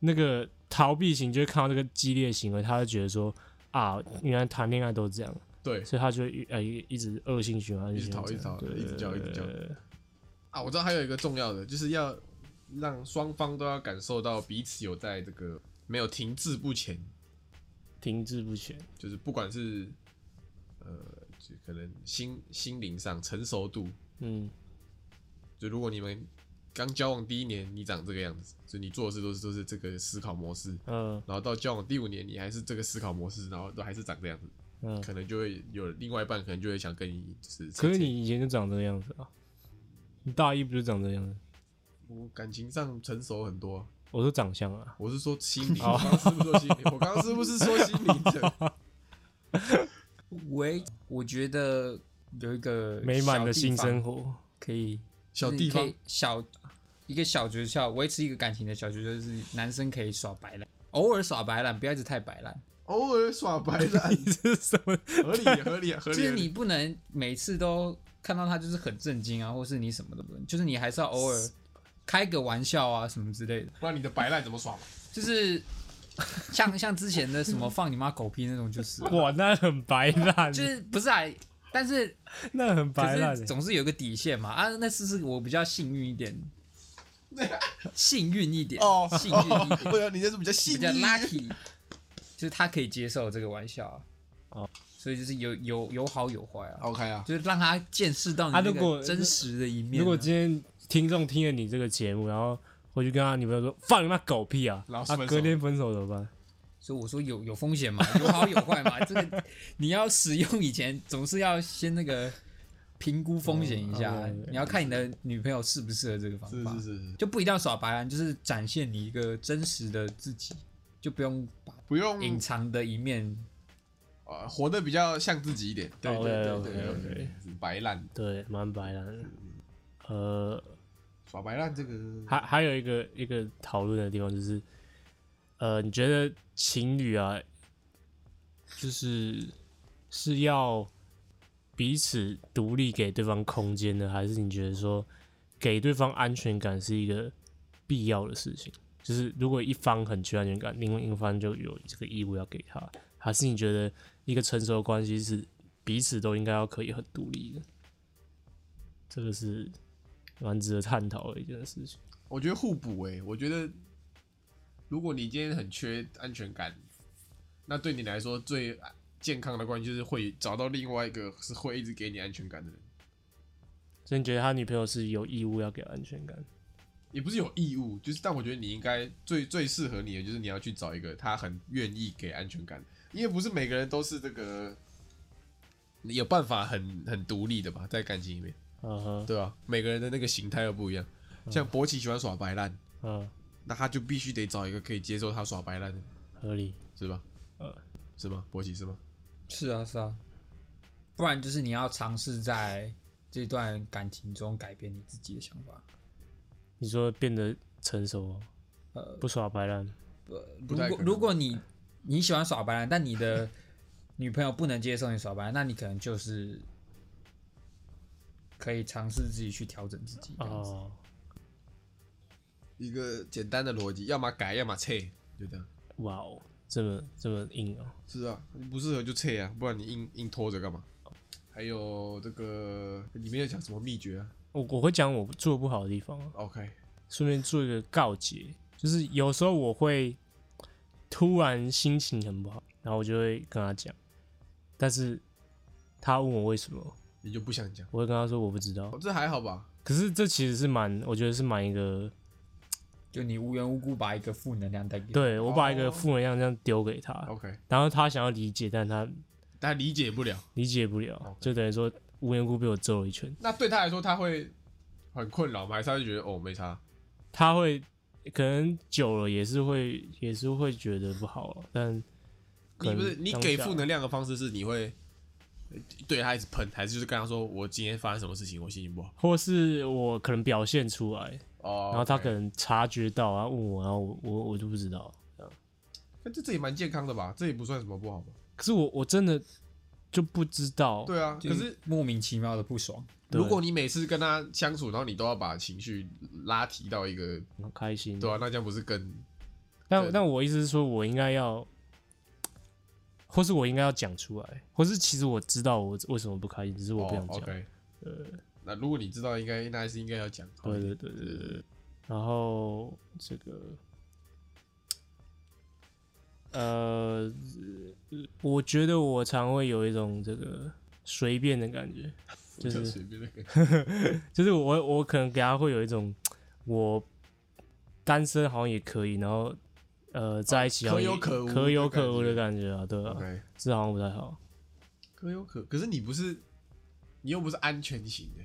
S3: 那个逃避型就会看到这个激烈的行为，他就觉得说啊，原来谈恋爱都这样，
S4: 对
S3: 所以他就会一呃一一直恶性循环，
S4: 一直
S3: 循环
S4: 逃一直
S3: 这样
S4: 逃
S3: 对呃
S4: 一直叫一直叫
S3: 对对对
S4: 啊，我知道还有一个重要的，就是要让双方都要感受到彼此有在这个没有停滞不前，
S3: 停滞不前。
S4: 就是不管是呃，就可能心心灵上成熟度，
S3: 嗯，
S4: 就如果你们刚交往第一年你长这个样子，就你做的事都是都是这个思考模式，
S3: 呃，
S4: 然后到交往第五年你还是这个思考模式，然后都还是长这样子，
S3: 嗯
S4: 可能就会有另外一半可能就会想跟你就是，
S3: 可是你以前就长这个样子啊，你大一不就长这样子？
S4: 我感情上成熟很多啊、
S3: 我说长相啊，
S4: 我是说心灵，我刚刚是不是说心灵？我刚刚是不是说心灵 的？
S2: 喂，我觉得有一个
S3: 美满的
S2: 小地
S3: 性
S2: 方
S3: 生活。
S2: 可以
S4: 小
S2: 就是
S4: 地
S2: 可
S4: 方
S2: 以小一个小诀窍，维持一个感情的小诀窍就是男生可以耍白烂，偶尔耍白烂，不要一直太白烂。
S4: 偶尔耍白烂，
S3: 你是什么？
S4: 合 理合理合
S2: 就
S4: 理。
S2: 是你不能每次都看到他就是很震惊啊，或是你什么都不能，就是你还是要偶尔开个玩笑啊什么之类的，
S4: 不然你的白烂怎么耍？
S2: 就是像像之前的什么放你妈狗屁那种，就是 啊
S3: 哇，那很白烂。欸
S2: 就是不是啊，但是
S3: 那很
S2: 可
S3: 白烂
S2: 是
S3: 欸。
S2: 总是有个底线嘛啊，那次是我比较幸运 一点，幸运一点，
S4: 哦，
S2: 幸运一点，
S4: 对啊，你这是比较
S2: 比
S4: 幸
S2: 较
S4: 运。
S2: lucky，就是他可以接受这个玩笑啊，
S3: 哦
S2: 所以就是有有有好有坏啊，
S4: OK 啊，
S2: 就是让他见识
S3: 啊
S2: 到你那
S3: 如果
S2: 个真实的一面啊。
S3: 如果今天听众听了你这个节目，然后回去跟他女朋友说放你妈狗屁啊，
S4: 然后
S3: 他
S4: 分手
S3: 隔天分手怎么办？
S2: 所以我说有有风险嘛， 有好有坏嘛。这个你要使用以前，总是要先那个评估风险一下，
S3: 嗯，OK，OK
S2: 你要看你的女朋友适不适合这个方
S4: 是
S2: 法，
S4: 是是是，
S2: 就不一定要耍白烂，就是展现你一个真实的自己，就不用把
S4: 不用
S2: 隐藏的一面。
S4: 呃活得比较像自己一点。
S2: 对对对对
S3: OK，OK，OK
S2: 对
S4: 对，白烂
S3: 哦对，蛮白烂的。呃，
S4: 耍白烂这个
S3: 还还有一个一个讨论的地方就是，呃，你觉得情侣啊，就是是要彼此独立给对方空间呢，还是你觉得说给对方安全感是一个必要的事情？就是如果一方很缺安全感，另外一方就有这个义务要给他，还是你觉得一个成熟的关系是彼此都应该要可以很独立的？这个是蛮值得探讨的一件事情。
S4: 我觉得互补诶、我觉得如果你今天很缺安全感，那对你来说最健康的关系就是会找到另外一个是会一直给你安全感的人，
S3: 所以你觉得他女朋友是有义务要给安全感？
S4: 也不是有义务，就是但我觉得你应该最最适合你的就是你要去找一个他很愿意给安全感，因为不是每个人都是这个你有办法很很独立的吧，在感情里面，
S3: 嗯哼，
S4: 对吧、每个人的那个形态又不一样，像博奇喜欢耍白烂，
S3: 嗯，
S4: 那他就必须得找一个可以接受他耍白烂的，
S3: 合理。
S4: 是吧？
S3: 呃，
S4: 是吗？博奇是吗？
S2: 是啊，是啊，不然就是你要尝试在这段感情中改变你自己的想法。
S3: 你说变得成熟哦，
S2: 呃
S3: 不耍白烂，
S4: 不
S2: 如
S4: 太
S2: 果
S4: 可能
S2: 如果你你喜欢耍白烂，但你的女朋友不能接受你耍白烂，那你可能就是可以尝试自己去调整自己这样子。
S3: 哦，
S4: 一个简单的逻辑，要么改，要么撤，就这样。
S3: 哇哦，这么这么硬哦，
S4: 是啊，你不适合就撤啊，不然你硬硬拖着干嘛？还有这个里面有讲什么秘诀啊
S3: 我我会讲我做不好的地方啊，
S4: ？OK，
S3: 顺便做一个告诫，就是有时候我会突然心情很不好，然后我就会跟他讲，但是他问我为什么，
S4: 你就不想讲，
S3: 我会跟他说我不知道
S4: 哦，。这还好吧？
S3: 可是这其实是蛮，我觉得是蛮一个
S2: 就你无缘无故把一个负能量带给，
S3: 对我把一个
S4: 哦
S3: 负能量这样丢给他，
S4: OK，
S3: 然后他想要理解，但他
S4: 但理解不了，
S3: 理解不了，就等于说无缘无故被我揍了一拳。
S4: 那对他来说他会很困扰吗？还是他就觉得哦没差？
S3: 他会可能久了也是会也是会觉得不好了，但可
S4: 你
S3: 能
S4: 不是你
S3: 当
S4: 给
S3: 下
S4: 负能量的方式是你会呃对他一直喷，还是就是跟他说我今天发生什么事情，我心情不好？
S3: 或是我可能表现出来，
S4: 哦，
S3: 然后他
S4: OK
S3: 可能察觉到啊，问我，然后我我我就不知道。
S4: 那这这也蛮健康的吧？这也不算什么不好吧？
S3: 可是我我真的就不知道，
S4: 对啊，
S2: 就
S4: 可是
S2: 莫名其妙的不爽。
S3: 哦对
S4: 如果你每次跟他相处，然后你都要把情绪拉提到一个，
S3: 很开心。
S4: 对啊，那这样不是更
S3: 但
S4: 对
S3: 但我意思是说，我应该要，或是我应该要讲出来，或是其实我知道我为什么不开心，只是我不想
S4: 哦
S3: 讲。
S4: ？OK，那如果你知道，应该那还是应该要讲。
S3: 呃
S4: 哦
S3: 对对对对对。然后这个，呃，我觉得我常会有一种这个随便的感觉，就
S4: 就是随便那个。
S3: 就是我我可能给他会有一种我单身好像也可以，然后呃在一起好像也
S4: 哦可有可无
S3: 可有
S4: 的感
S3: 可无的感
S4: 觉
S3: 觉啊，对啊，
S4: OK，
S3: 这好像不太好。
S4: 哎可有可，可是你不是，你又不是安全型的，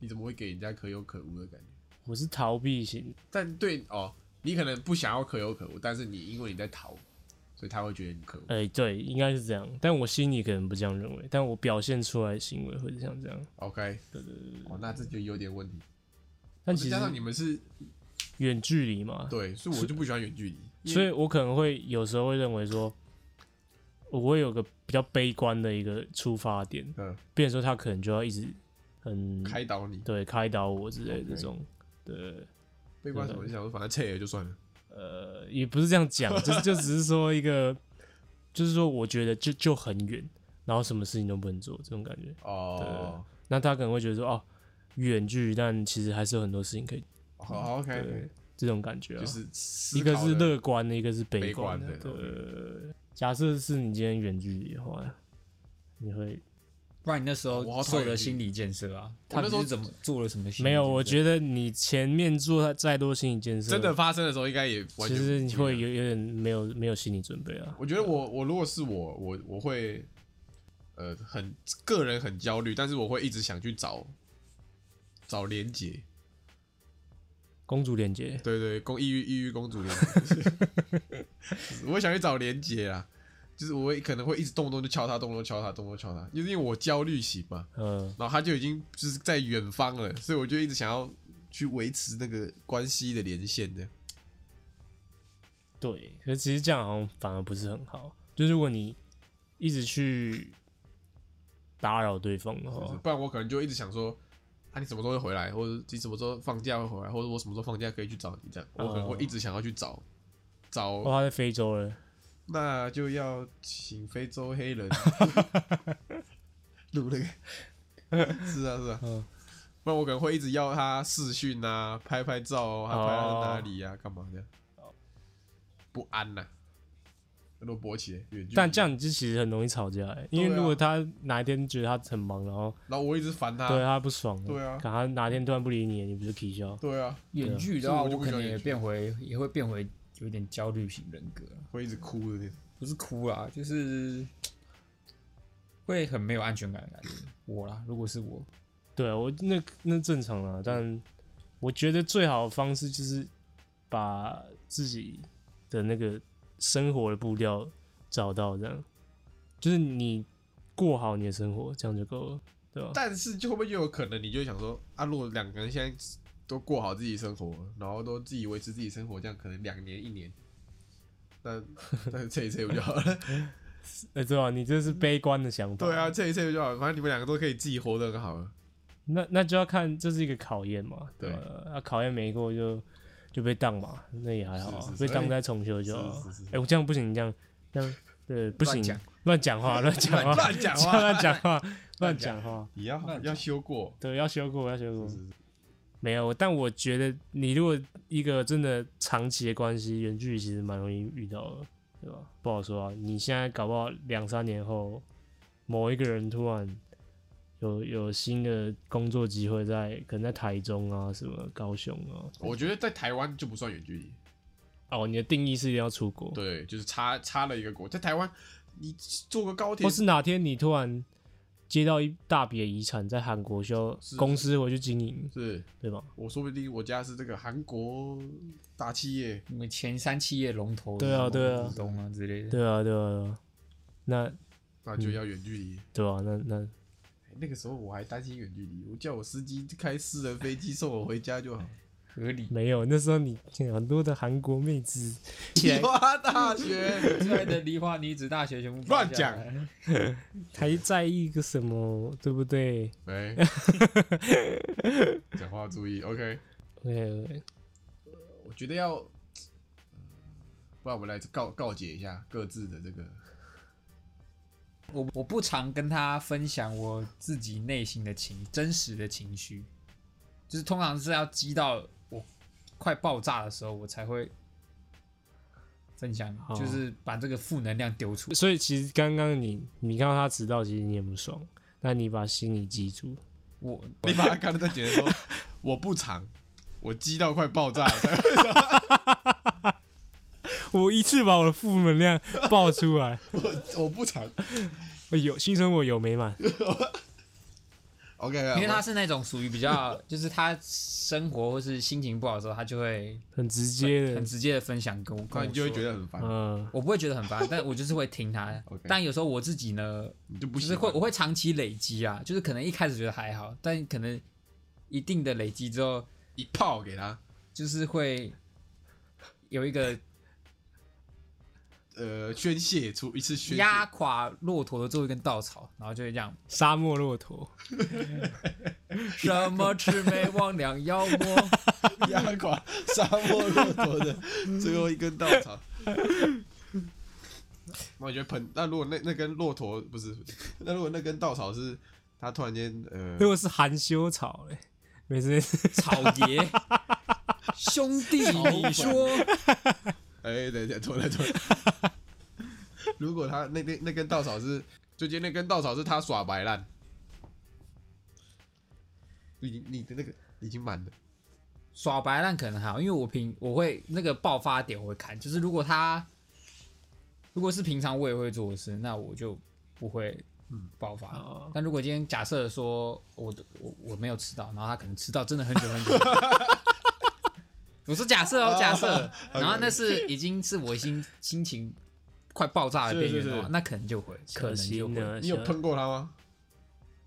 S4: 你怎么会给人家可有可无的感觉？
S3: 我是逃避型，
S4: 但对哦，你可能不想要可有可无，但是你因为你在逃，所以他会觉得你可恶。
S3: 哎、对，应该是这样，但我心里可能不这样认为，但我表现出来的行为会是像这样。
S4: OK，对对对，哦，那这就有点问题。
S3: 但其实
S4: 再哦加上你们是
S3: 远距离嘛，
S4: 对，所以我就不喜欢远距离。
S3: 所以我可能会有时候会认为说，我会有个比较悲观的一个出发点，
S4: 嗯，
S3: 变成说他可能就要一直很
S4: 开导你，
S3: 对开导我之类的这
S4: OK
S3: 种，对，
S4: 被关什么？你想说反正撤也就算了。
S3: 呃，也不是这样讲，就是就只是说一个，就是说我觉得就就很远，然后什么事情都不能做这种感觉。
S4: 哦，
S3: 那他可能会觉得说，哦，远距，但其实还是有很多事情可以
S4: 好，OK，
S3: 对这种感觉、啊，
S4: 就是思
S3: 一个
S4: 考
S3: 是
S4: 的
S3: 乐观的，一个是悲
S4: 悲观
S3: 的。
S4: 的
S3: 对，假设是你今天远距离的话，你会
S2: 不然你那时候
S4: 啊我好讨
S2: 做
S4: 厌
S2: 了
S4: 你
S2: 心理建设啊，
S4: 我
S2: 他
S4: 那时候
S2: 你是怎么做了什么心理建设？
S3: 没有？我觉得你前面做再多心理建设，
S4: 真的发生的时候，应该也完
S3: 其
S4: 全
S3: 实
S4: 不
S3: 你
S4: 一
S3: 会
S4: 样
S3: 有有点没有没有心理准备啊。
S4: 我觉得我我如果是我我我会，呃，很个人很焦虑，但是我会一直想去找找连结，
S3: 公主连接，
S4: 对对，公抑郁抑郁公主连结， 我会想去找连结啦，就是我会可能会一直动不动就敲他，动不动敲他，动不动敲他，因为因为我焦虑型嘛，
S3: 嗯，
S4: 然后他就已经就是在远方了，所以我就一直想要去维持那个关系的连线的，
S3: 对。可是其实这样好像反而不是很好，就如果你一直去打扰对方的
S4: 就是
S3: 话，
S4: 不然我可能就一直想说。啊，你什么时候会回来，或者你什么时候放假会回来，或者我什么时候放假可以去找你这样，我可能会一直想要去找找，
S3: 哦，他在非洲了，
S4: 那就要请非洲 黑人录那个， 是啊是啊，
S3: 嗯
S4: 不然我可能会一直要他视讯啊，拍拍照哦，他拍
S3: 哦
S4: 到哪里啊，干嘛的，不安呐、很多勃起，远距离
S3: 但这，样你就其实很容易吵架、欸，因为
S4: 对啊
S3: 如果他哪一天觉得他很忙，然后
S4: 然后我一直烦他，
S3: 对他不爽了，
S4: 对啊
S3: 可他哪天突然不理你了，你不是皮笑？
S4: 对啊，
S2: 远距的
S4: 所以
S2: 话，
S4: 我就
S2: 我
S4: 不
S2: 可
S4: 喜欢
S2: 能也
S4: 远距
S2: 变回，也会变回有点焦虑型人格啊，
S4: 会一直哭的那种。
S2: 不是哭啦，就是会很没有安全感的感觉。我啦，如果是我，
S3: 对啊我那那正常啦，但我觉得最好的方式就是把自己的那个生活的步调找到，这样就是你过好你的生活，这样就够了，对吧？
S4: 但是就会不会就有可能，你就会想说，啊，如果两个人现在都过好自己生活，然后都自己维持自己生活，这样可能两年一年，那 那测一测不就好了？
S3: 呃，对吧？你这是悲观的想法，
S4: 对啊，，测一测不就好了？反正你们两个都可以自己活得很好了。
S3: 那那就要看这是一个考验嘛，对吧？啊，考验没过就就被当嘛，那也还好啊，
S4: 是是是
S3: 被当再重修就好了
S4: 是是是。
S3: 哎、我这样不行，你这样这样对不
S2: 乱
S3: 行
S2: 讲，
S3: 乱讲话，乱讲话，
S4: 乱讲 话
S3: 乱讲话，乱讲话，
S4: 你要
S2: 乱
S4: 要
S2: 讲
S4: 修过，
S3: 对，要修过，要修过
S4: 是。是是
S3: 没有，但我觉得你如果一个真的长期的关系，远距离其实蛮容易遇到的，对吧？不好说啊，你现在搞不好两三年后，某一个人突然有 有新的工作机会在，可能在台中啊，什么高雄啊。
S4: 我觉得在台湾就不算远距离，
S3: 哦，你的定义是一定要出国，
S4: 对，就是差差了一个国。在台湾，你坐个高铁
S3: 或，是哪天你突然接到一大笔的遗产在韩国，需要
S4: 是
S3: 公司回去经营，
S4: 是
S3: 对吧？
S4: 我说不定我家是这个韩国大企业，
S2: 因为前三企业龙头，
S3: 对啊对啊
S2: 股东啊之类的，
S3: 对啊，对啊，对啊。那
S4: 那就要远距离。哎
S3: 对啊，那那
S4: 那个时候我还担心远距离，我叫我司机开私人飞机送我回家 就好。
S2: 合理。
S3: 没有，那时候你很多的韩国妹子起来
S4: 清华大学，
S2: 出来的梨花女子大 学全部
S4: 乱讲
S2: 搬下来，
S3: 还在意个什么，对不对
S4: 哎，讲话注意，OK。
S3: ？OK，
S4: 我觉得要，嗯不然我们来告告解一下各自的这个。
S2: 我我不常跟他分享我自己内心的情真实的情绪，就是通常是要激到我快爆炸的时候，我才会分享，
S3: 哦
S2: 就是把这个负能量丢出。
S3: 所以其实刚刚你你看到他迟到，其实你也不爽，那你把心里记住，
S2: 我
S4: 你把他刚才在解释说，我不长，我激到快爆炸了。
S3: 我一次把我的负能量爆出来，
S4: 我我不长
S3: 有新生活有美满，
S4: ，OK。
S2: 因为他是那种属于比较，就是他生活或是心情不好的时候，他就会
S3: 很直接
S2: 很
S3: 的，
S2: 直接的分享跟我，跟
S4: 那
S2: 我
S4: 你就会
S2: 说
S4: 觉得很烦，
S3: 嗯，
S2: 我不会觉得很烦，啊但我就是会听他
S4: OK。
S2: 但有时候我自己呢，
S4: 你就不
S2: 不
S4: 喜
S2: 是会
S4: 欢
S2: 我会长期累积啊，就是可能一开始觉得还好，但可能一定的累积之后，
S4: 一炮给他。
S2: 就是会有一个
S4: 呃，宣泄出一次宣泄，
S2: 压垮骆驼的最后一根稻草，然后就会这 样
S3: 沙漠骆驼，
S2: 什么魑魅魍魉妖魔，
S4: 压 垮沙漠骆驼的最后一根稻草。我觉得喷。那如果那那根骆驼不是，那如果那根稻草是他突然间呃
S3: 如，果是含羞草哎嘞，每次
S2: 草 爷，兄弟，你说
S4: 哎，等一下，错了错了。 如果他那那那根稻草是，最近那根稻草是他耍白烂，你你的那个已经满了，
S2: 耍白烂可能还好，因为我平我会那个爆发点我会看，就是如果他如果是平常我也会做的事，那我就不会
S4: 嗯
S2: 爆发。
S3: 哦
S2: 但如果今天假设说我我我没有吃到，然后他可能吃到真的很久 很久。我说假设哦，假设，然后那是已经是我心心情快爆炸的边缘
S4: 是是
S2: 了
S4: 是，
S2: 那可能就会，可能就会
S3: 呢，
S4: 你有
S3: 小
S4: 喷过他吗？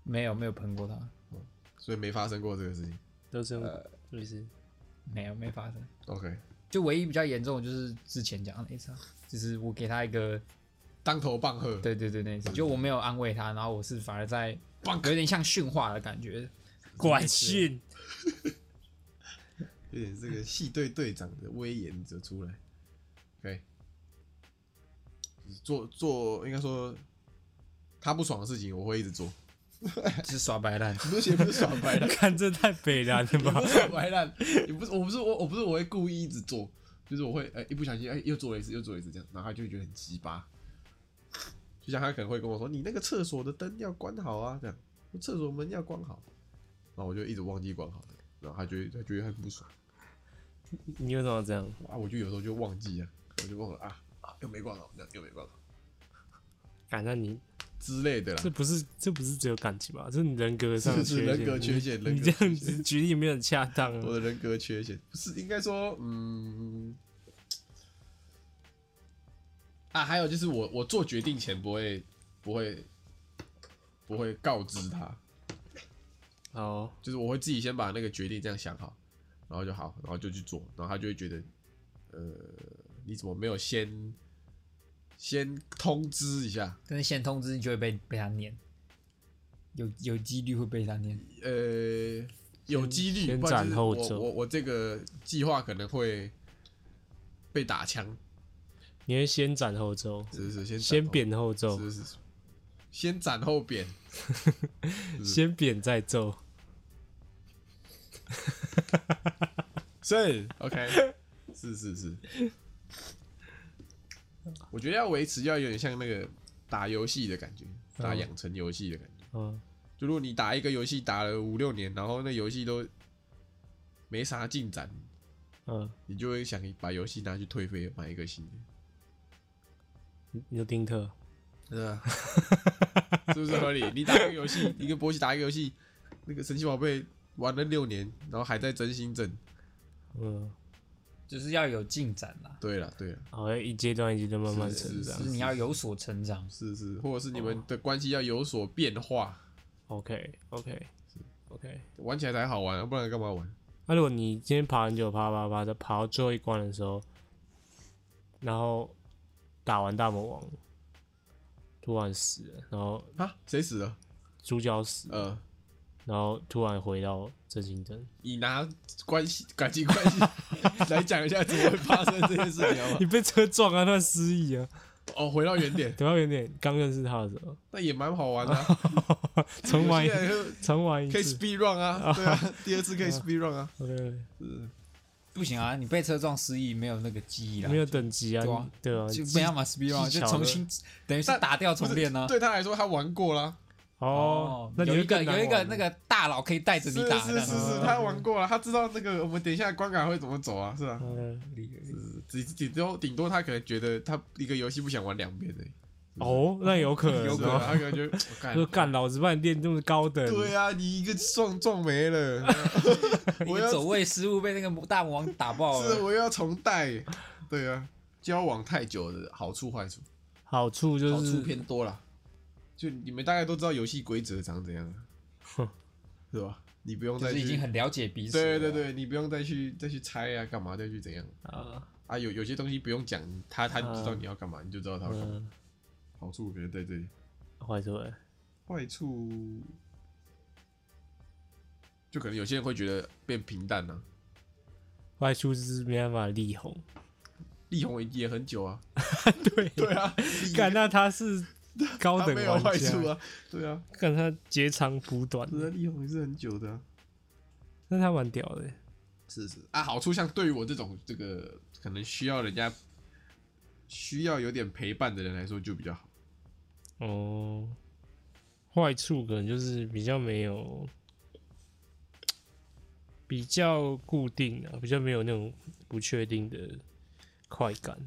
S2: 没有没有喷过他，
S4: 所以没发生过这个事情。
S3: 都是用没事，
S2: 没有没发生。
S4: OK，
S2: 就唯一比较严重的就是之前讲的那一次啊，就是我给他一个
S4: 当头棒喝，
S2: 对对对，那一次就我没有安慰他，然后我是反而在有点像训话的感觉。
S3: 管训
S4: 有点这个系队队长的威严就出来。OK，做做应该说他不爽的事情，我会一直做。
S2: 就是耍白烂，
S4: 不是也不是耍白烂，
S3: 看这太北凉 了吧
S4: 不？是耍白烂，也不是我不是我我不是我会故意一直做，就是我会哎、一不小心哎、又做了一次又做了一次这样，然后他就会觉得很鸡巴。就像他可能会跟我说：“你那个厕所的灯要关好啊，这样，厕所门要关好。”然后我就一直忘记关好，然后他就会他觉得很不爽。
S3: 你为什么要这样？
S4: 啊，我就有时候就忘记啊，我就忘了啊啊，又没挂到，那又没挂到
S3: 感那你
S4: 之类的啦
S3: 这。不是这不是只有感情吧？这是你人格上的
S4: 是
S3: 缺陷
S4: 人格缺陷
S3: 你
S4: 人
S3: 你
S4: 格
S3: 这
S4: 缺
S3: 样子举例没有很恰当
S4: 我
S3: 啊。
S4: 的人格缺陷不是应该说，嗯，啊，还有就是我我做决定前不会不会不会告知他，
S3: 哦，
S4: 就是我会自己先把那个决定这样想好，然后就好，然后就去做，然后他就会觉得，呃，你怎么没有先先通知一下？
S2: 但是先通知你就会被被他念，有有几率会被他念。
S4: 呃，有几率，
S3: 先
S4: 不然就是
S3: 斩后
S4: 我
S3: 奏
S4: 我我这个计划可能会被打枪，
S3: 你会先斩后奏，
S4: 是不是？先
S3: 先
S4: 斩后，
S3: 贬后奏
S4: 是，不是？先斩后贬，
S3: 先贬再奏。
S4: 是 OK，是是是。我觉得要维持要有点像那个打游戏的感觉，打养成游戏的感觉。
S3: 嗯，
S4: 就如果你打一个游戏打了五六年，然后那游戏都没啥进展，
S3: 嗯，
S4: 你就会想把游戏拿去退费，买一个新的。
S3: 你你就丁特，
S4: 对啊，是不是合理？你打一个游戏，你跟博奇打一个游戏，那个神奇宝贝玩了六年，然后还在真心镇。
S3: 嗯，
S2: 就是要有进展啦，
S4: 对了，对了，
S3: 好，一阶段一阶段慢慢
S4: 是
S3: 成
S4: 是
S3: 长
S2: 就。是你要有所成长。
S4: 是是，或者是你们的关系要有所变化，
S3: OK OK OK。
S4: 玩起来才好玩啊，不然干嘛玩？
S3: 那如果你今天爬很久，爬爬爬的爬到最后一关的时候，然后打完大魔王，突然死了，然后
S4: 啊，谁死了？
S3: 主角死了，
S4: 呃，
S3: 然后突然回到真心灯，
S4: 以拿关系感情关系来讲一下怎么会发生这件事情好
S3: 你
S4: 吗？
S3: 被车撞啊，那失忆啊，
S4: 哦，回到原点，
S3: 等到有点刚认识他的时候，
S4: 那也蛮好玩的、啊，
S3: 重玩一
S4: 有些人
S3: 重玩一
S4: 可以
S3: 次
S4: speed run 啊，对啊，第二次可以 speed run 啊，
S3: ，OK，
S2: 不行啊，你被车撞失忆，没有那个记忆啦
S3: 没，有等级啊，
S2: 对啊
S3: 你对啊，
S2: 就
S3: 你
S2: 没办法 speed run，
S3: 技
S2: 就
S3: 巧
S2: 重新等于是打掉重练啊呢。
S4: 对他来说他玩过啦。
S3: 哦，那你
S2: 有
S3: 会
S2: 一个
S3: 更难
S2: 有一个
S3: 玩
S2: 那个大佬可以带着
S4: 是
S2: 你打，
S4: 是
S2: 这
S4: 是
S2: 样子
S4: 是，他玩过了，他知道那个我们等一下关卡会怎么走啊，是吧？
S3: ，OK
S4: 是顶顶多顶多他可能觉得他一个游戏不想玩两遍的，
S3: 哦，那有可能，
S4: 有可能他可能觉得我干
S3: 就干老子把你练这么高等，
S4: 对啊，你一个撞撞没 了，
S2: 一
S4: 我
S2: 个
S4: 要
S2: 走位失误被那个大魔王打爆
S4: 是
S2: 了。
S4: 我又要重带，对啊，交往太久的好处坏处，
S3: 好处就
S4: 好处
S3: 是
S4: 偏多啦。就你们大概都知道游戏规则长怎样啊
S3: 哼，
S4: 是吧？你不用
S2: 就
S4: 再
S2: 是已经
S4: 去，
S2: 很了解彼此。
S4: 对对，对，你不用再去再去猜啊，干嘛再去怎样。
S3: 啊，
S4: 啊，有有些东西不用讲，他他知道你要干嘛，你就知道他要干嘛。
S3: 嗯，
S4: 好处可能在这里，
S3: 坏处哎，
S4: 坏处就可能有啊些人会觉得变平淡了、
S3: 坏处就是没办法力宏，
S4: 力宏也很久啊，
S3: 对，
S4: 对啊，
S3: 干那他是高
S4: 他
S3: 等
S4: 没有
S3: 玩
S4: 坏
S3: 家
S4: 处，啊，对啊，
S3: 干他截长补短，
S4: 是啊，力宏也是很久的啊、
S3: 那他蛮屌的。
S4: 是是啊，好处像对于我这种这个可能需要人家需要有点陪伴的人来说就比较好，
S3: 哦，坏处可能就是比较没有，比较固定啊，比较没有那种不确定的快感，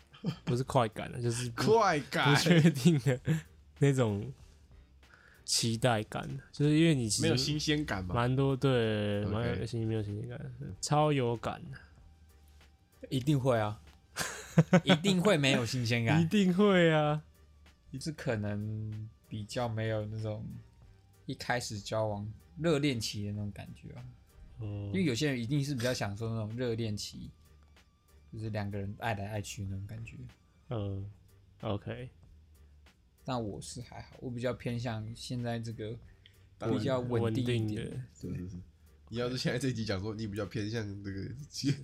S3: 不是快感啊，就是不
S4: 快
S3: 不
S4: 感
S3: 确定的那种期待感，啊就是因为你其
S4: 没有
S3: 实
S4: 新鲜感嘛，
S3: 蛮多对，
S4: OK
S3: 蛮有新没有新鲜感，超有感，
S2: 一定会 啊，一定会没有新鲜
S3: 一
S2: 感，
S3: 定会啊，
S2: 是可能比较没有那种一开始交往热恋期的那种感觉啊，
S3: 哦
S2: 因，为有些人一定是比较享受那种热恋期，就是两个人爱来爱去那种感觉。
S3: 嗯，OK，
S2: 但我是还好，我比较偏向现在这个
S4: 当然
S2: 比较
S3: 稳
S2: 稳定一
S3: 定
S2: 点。
S3: 的。
S4: 是是是。你要是现在这一集讲说你比较偏向这个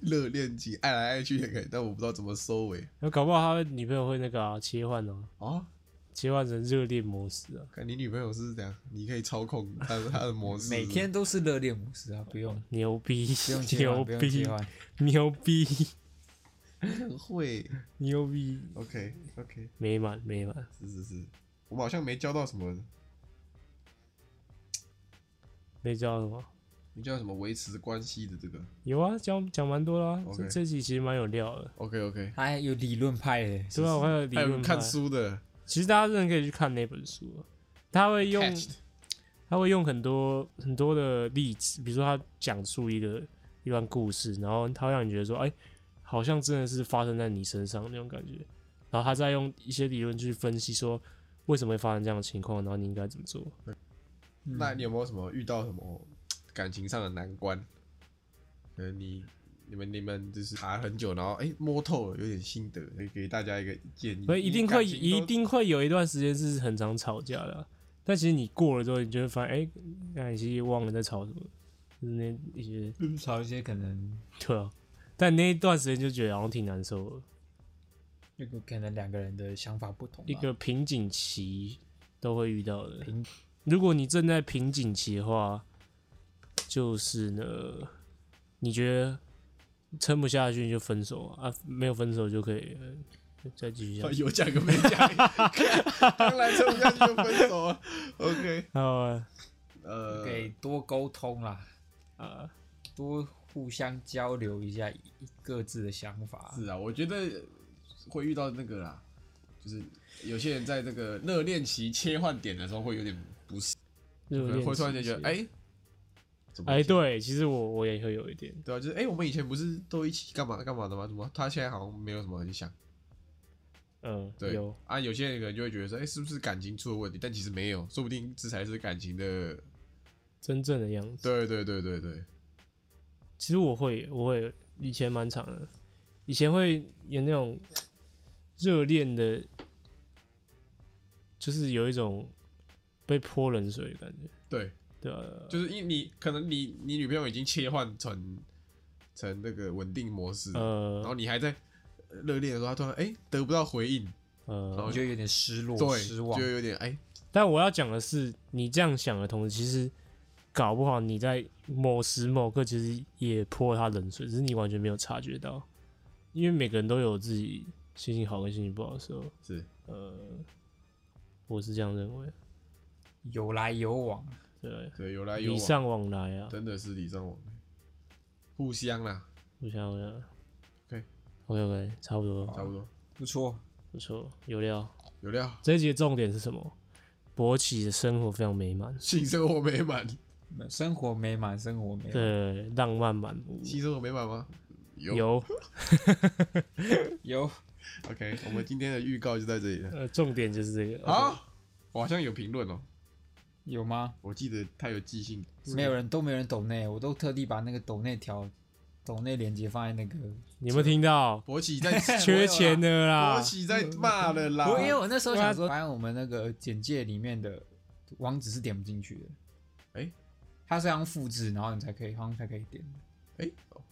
S4: 热恋期，爱来爱去也可以，但我不知道怎么收尾
S3: 那搞不好他女朋友会那个、啊、切换哦、
S4: 啊。
S3: 切换成热恋模式啊。
S4: 看你女朋友是怎样，你可以操控她的她的模式，
S2: 每天都是热恋模式啊，不用
S3: 牛逼
S2: 不用，切
S3: 牛
S2: 换，不用
S3: 逼
S2: 切，换。
S3: 牛逼，
S4: 很会。
S3: 牛逼，
S4: OK OK，
S3: 美满美满。
S4: 是是是，我们好像没教到什么，
S3: 那叫什么？
S4: 没教到什么维持关系的这个。
S3: 有啊，讲讲蛮多啦、
S4: OK
S3: 这这集其实蛮有料的。
S4: OK OK，
S2: 他还有理论派的，
S3: 是吧？我还有理
S4: 还有
S3: 论派
S4: 看，书的
S3: 其实大家真的可以去看那本书啊，他会用
S4: Attached
S3: 他会用很多很多的例子，比如说他讲述一个一段故事，然后他会让你觉得说，哎、好像真的是发生在你身上那种感觉。然后他再用一些理论去分析说，为什么会发生这样的情况，然后你应该怎么做。嗯
S4: 那你有没有什么遇到什么感情上的难关？可能你、你们、你们就是查很久，然后哎、摸透了，有点心得，可以给大家一个建议。
S3: 所以一定会
S4: 你感情都
S3: 一定会有一段时间是很常吵架的啊、但其实你过了之后，你就会发现，哎、那你其实忘了在吵什么，就是那一些
S2: 吐槽一些可能
S3: 对啊。但那一段时间就觉得好像挺难受的，
S2: 那个可能两个人的想法不同啊吧，
S3: 一个瓶颈期都会遇到的。
S2: 瓶
S3: 如果你正在瓶颈期的话，就是呢，你觉得撑不下去你就分手啊，啊没有分手就可以、呃再继续下
S4: 哦
S3: 去。
S4: 有讲跟没 讲，当然撑不下去就分手啊。OK，
S3: 还有啊
S4: 呃
S2: 给多沟通啦，
S3: 啊，
S2: 多互相交流一下各自的想法。
S4: 是啊，我觉得会遇到那个啦，就是有些人在这个热恋期切换点的时候会有点不适，
S3: 热
S4: 可能
S3: 恋
S4: 会突然
S3: 期
S4: 间觉
S3: 期
S4: 得哎、怎么
S3: 哎，对，其实我我也会有一点，
S4: 对啊，就是哎、诶我们以前不是都一起干嘛干嘛的吗？怎么他现在好像没有什么很想？
S3: 嗯，
S4: 对
S3: 有，
S4: 啊，有些人可能就会觉得说，哎、是不是感情出了问题？但其实没有，说不定这才是感情的。
S3: 真正的样子。
S4: 对对对对对，
S3: 其实我会，我会以前蛮长的，以前会有那种热恋的，就是有一种被泼冷水的感觉，
S4: 对，
S3: 对啊，
S4: 就是因为你可能你你女朋友已经切换成成那个稳定模式，然后
S3: 呃
S4: 你还在呃热恋的时候，她突然哎、诶得不到回应，
S3: 呃
S2: 我，觉得有点失落、
S4: 对，
S2: 失望
S4: 就，有点哎、
S3: 但我要讲的是，你这样想的同时，其实搞不好你在某时某刻其实也泼了他冷水，只是你完全没有察觉到，因为每个人都有自己心情好跟心情不好的时候，
S4: 是
S3: 呃，我是这样认为，
S2: 有来有往，
S3: 对，啊
S4: 对，有来有
S3: 礼
S4: 往，
S3: 尚往来啊，
S4: 真的是礼尚往来，互相啦，
S3: 我想我想
S4: OK
S3: OK OK，差不多，
S4: 差不多
S2: 不错。
S3: 不错，有料。
S4: 有料，
S3: 这一集的重点是什么？博起的生活非常美满，
S4: 性生活美 满，
S2: 生活美满，生活美满。
S3: 对，浪漫满屋，
S4: 性生活美满吗？
S3: 有
S2: 有
S4: OK，我们今天的预告就在这里 了。
S3: 呃，重点就是这个。
S4: 好，我好像有评论哦，
S2: 有吗？
S4: 我记得他有寄信，
S2: 没有人都没有人抖内，我都特地把那个抖内条、抖内链接放在那个。
S3: 你有没有听到？
S4: 博起 在
S3: 缺钱的
S4: 博
S2: 啊
S3: 啦，
S4: 起在骂了啦
S2: 我。因为我那时候想说，反正啊我们那个简介里面的网址是点不进去的。
S4: 诶
S2: 它是要复制，然后你才可以，好像才可以点。
S4: 哎，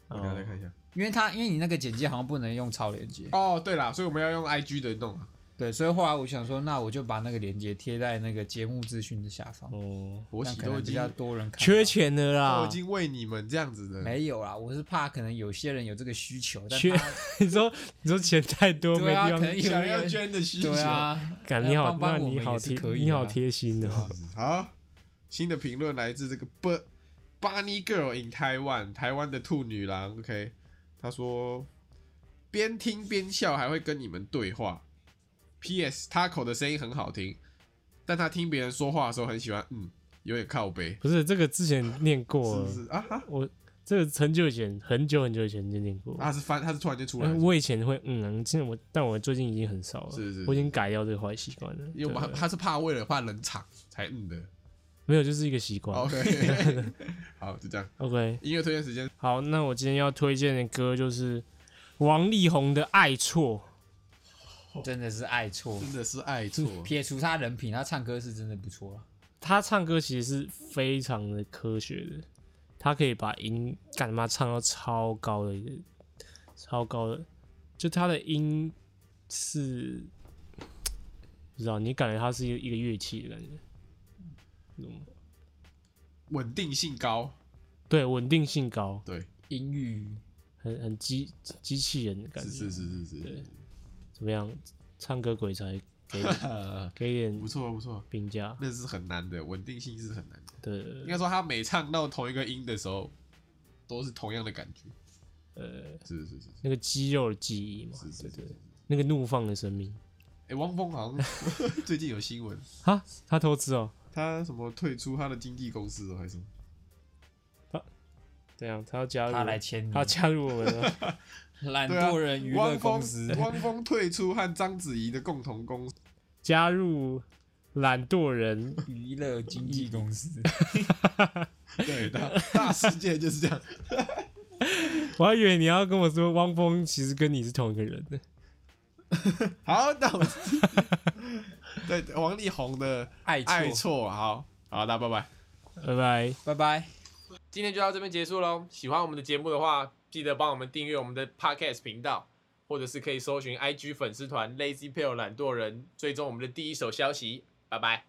S4: 我等一下再看一下。
S2: 因为他因为你那个简介好像不能用超连接，
S4: 哦，对啦，所以我们要 用 IG 的弄啊。
S2: 对，所以后来我想说，那我就把那个连接贴在那个节目资讯的下方，
S3: 哦，
S4: 博
S2: 这样
S4: 喜
S2: 可
S4: 都
S2: 能
S4: 已
S2: 比
S4: 经
S2: 较多人看到。
S3: 缺钱的
S4: 都
S3: 啦
S4: 已！经为你们这样子的，
S2: 没有啦，我是怕可能有些人有这个需求，但
S3: 缺
S2: 他
S3: 你说你说钱太多没
S2: 对啊，
S3: 地方
S2: 可能有
S4: 想要
S2: 人
S4: 捐的需求
S2: 对。啊，
S3: 干，你好
S2: 帮，帮
S3: 那
S2: 我
S3: 你
S2: 们
S3: 好
S2: 也是
S3: 贴，
S2: 可以
S3: 你
S2: 啊
S3: 好贴心哦的。
S4: 好，新的评论来自这个 b Bunny Girl in Taiwan，台湾的兔女郎。OK，她说边听边笑，还会跟你们对话。P.S. 他口的声音很好听，但他听别人说话的时候很喜欢，嗯，有点靠背，
S3: 不是这个之前念过
S4: 是
S3: 了
S4: 不，是啊？哈
S3: 我这个很久以前，很久很久以前就念过。
S4: 他是翻，他是突然间出来
S3: 嗯
S4: 的，
S3: 我以前会嗯，现在我但我最近已经很少了，
S4: 是是是
S3: 我已经改掉这个坏习惯了。
S4: 因为
S3: 对
S4: 我们他是怕为了怕冷场才嗯的。
S3: 没有就是一个习
S4: 哦
S3: 惯。
S4: OK，好，就这样。
S3: OK，
S4: 音乐推荐时间，
S3: 好，那我今天要推荐的歌就是王力宏的《爱错
S2: 真的是爱 错。
S4: 真的是爱错，
S2: 撇除他人品，他唱歌是真的不错啊。》，
S3: 他唱歌其实是非常的科学的，他可以把音干嘛唱到超高的一个，超高的，就他的音是不知道，你感觉他是一个一个乐器的感觉，你懂吗？
S4: 稳定性高，
S3: 对，稳定性高，
S4: 对，
S2: 音域
S3: 很很机机器人的感
S4: 是
S3: 觉。
S4: 是是是是。
S3: 怎么样？唱歌鬼才给给一点
S4: 不错不错，
S3: 评价。
S4: 那是很难的，稳定性是很难的。
S3: 对，
S4: 应该说他每唱到同一个音的时候，都是同样的感觉。
S3: 呃，
S4: 是是是
S3: 那个肌肉的记忆嘛，
S4: 是是是是。
S3: 那个怒放的生命
S4: 哎、汪峰好像 最近有新闻，
S3: 啊，他投资哦，
S4: 他什么退出他的经纪公司了还是什么？
S3: 怎啊样？他要
S4: 哎
S3: 加入
S2: 他来嗯签你
S3: 他，加入我们了。
S2: 懒
S4: 对啊
S2: 惰人娱乐
S4: 汪
S2: 公
S4: 峰
S2: 司，
S4: 汪峰退出和章子怡的共同公司，
S3: 加入懒惰人，
S2: 娱乐经纪公 司。
S4: 对大大世界就是这样。
S3: 我还以为你要跟我说汪峰其实跟你是同一个人呢。
S4: 好，那我们对王力宏的
S2: 爱
S4: 《哎爱错》好好，大家拜拜。
S3: 拜拜。
S2: 拜拜。
S1: 今天就到这边结束喽。喜欢我们的节目的话，记得帮我们订阅我们的 Podcast 频道，或者是可以搜寻 IG 粉丝团 Lazy p a l e 懒惰人，追踪我们的第一手消息。拜拜。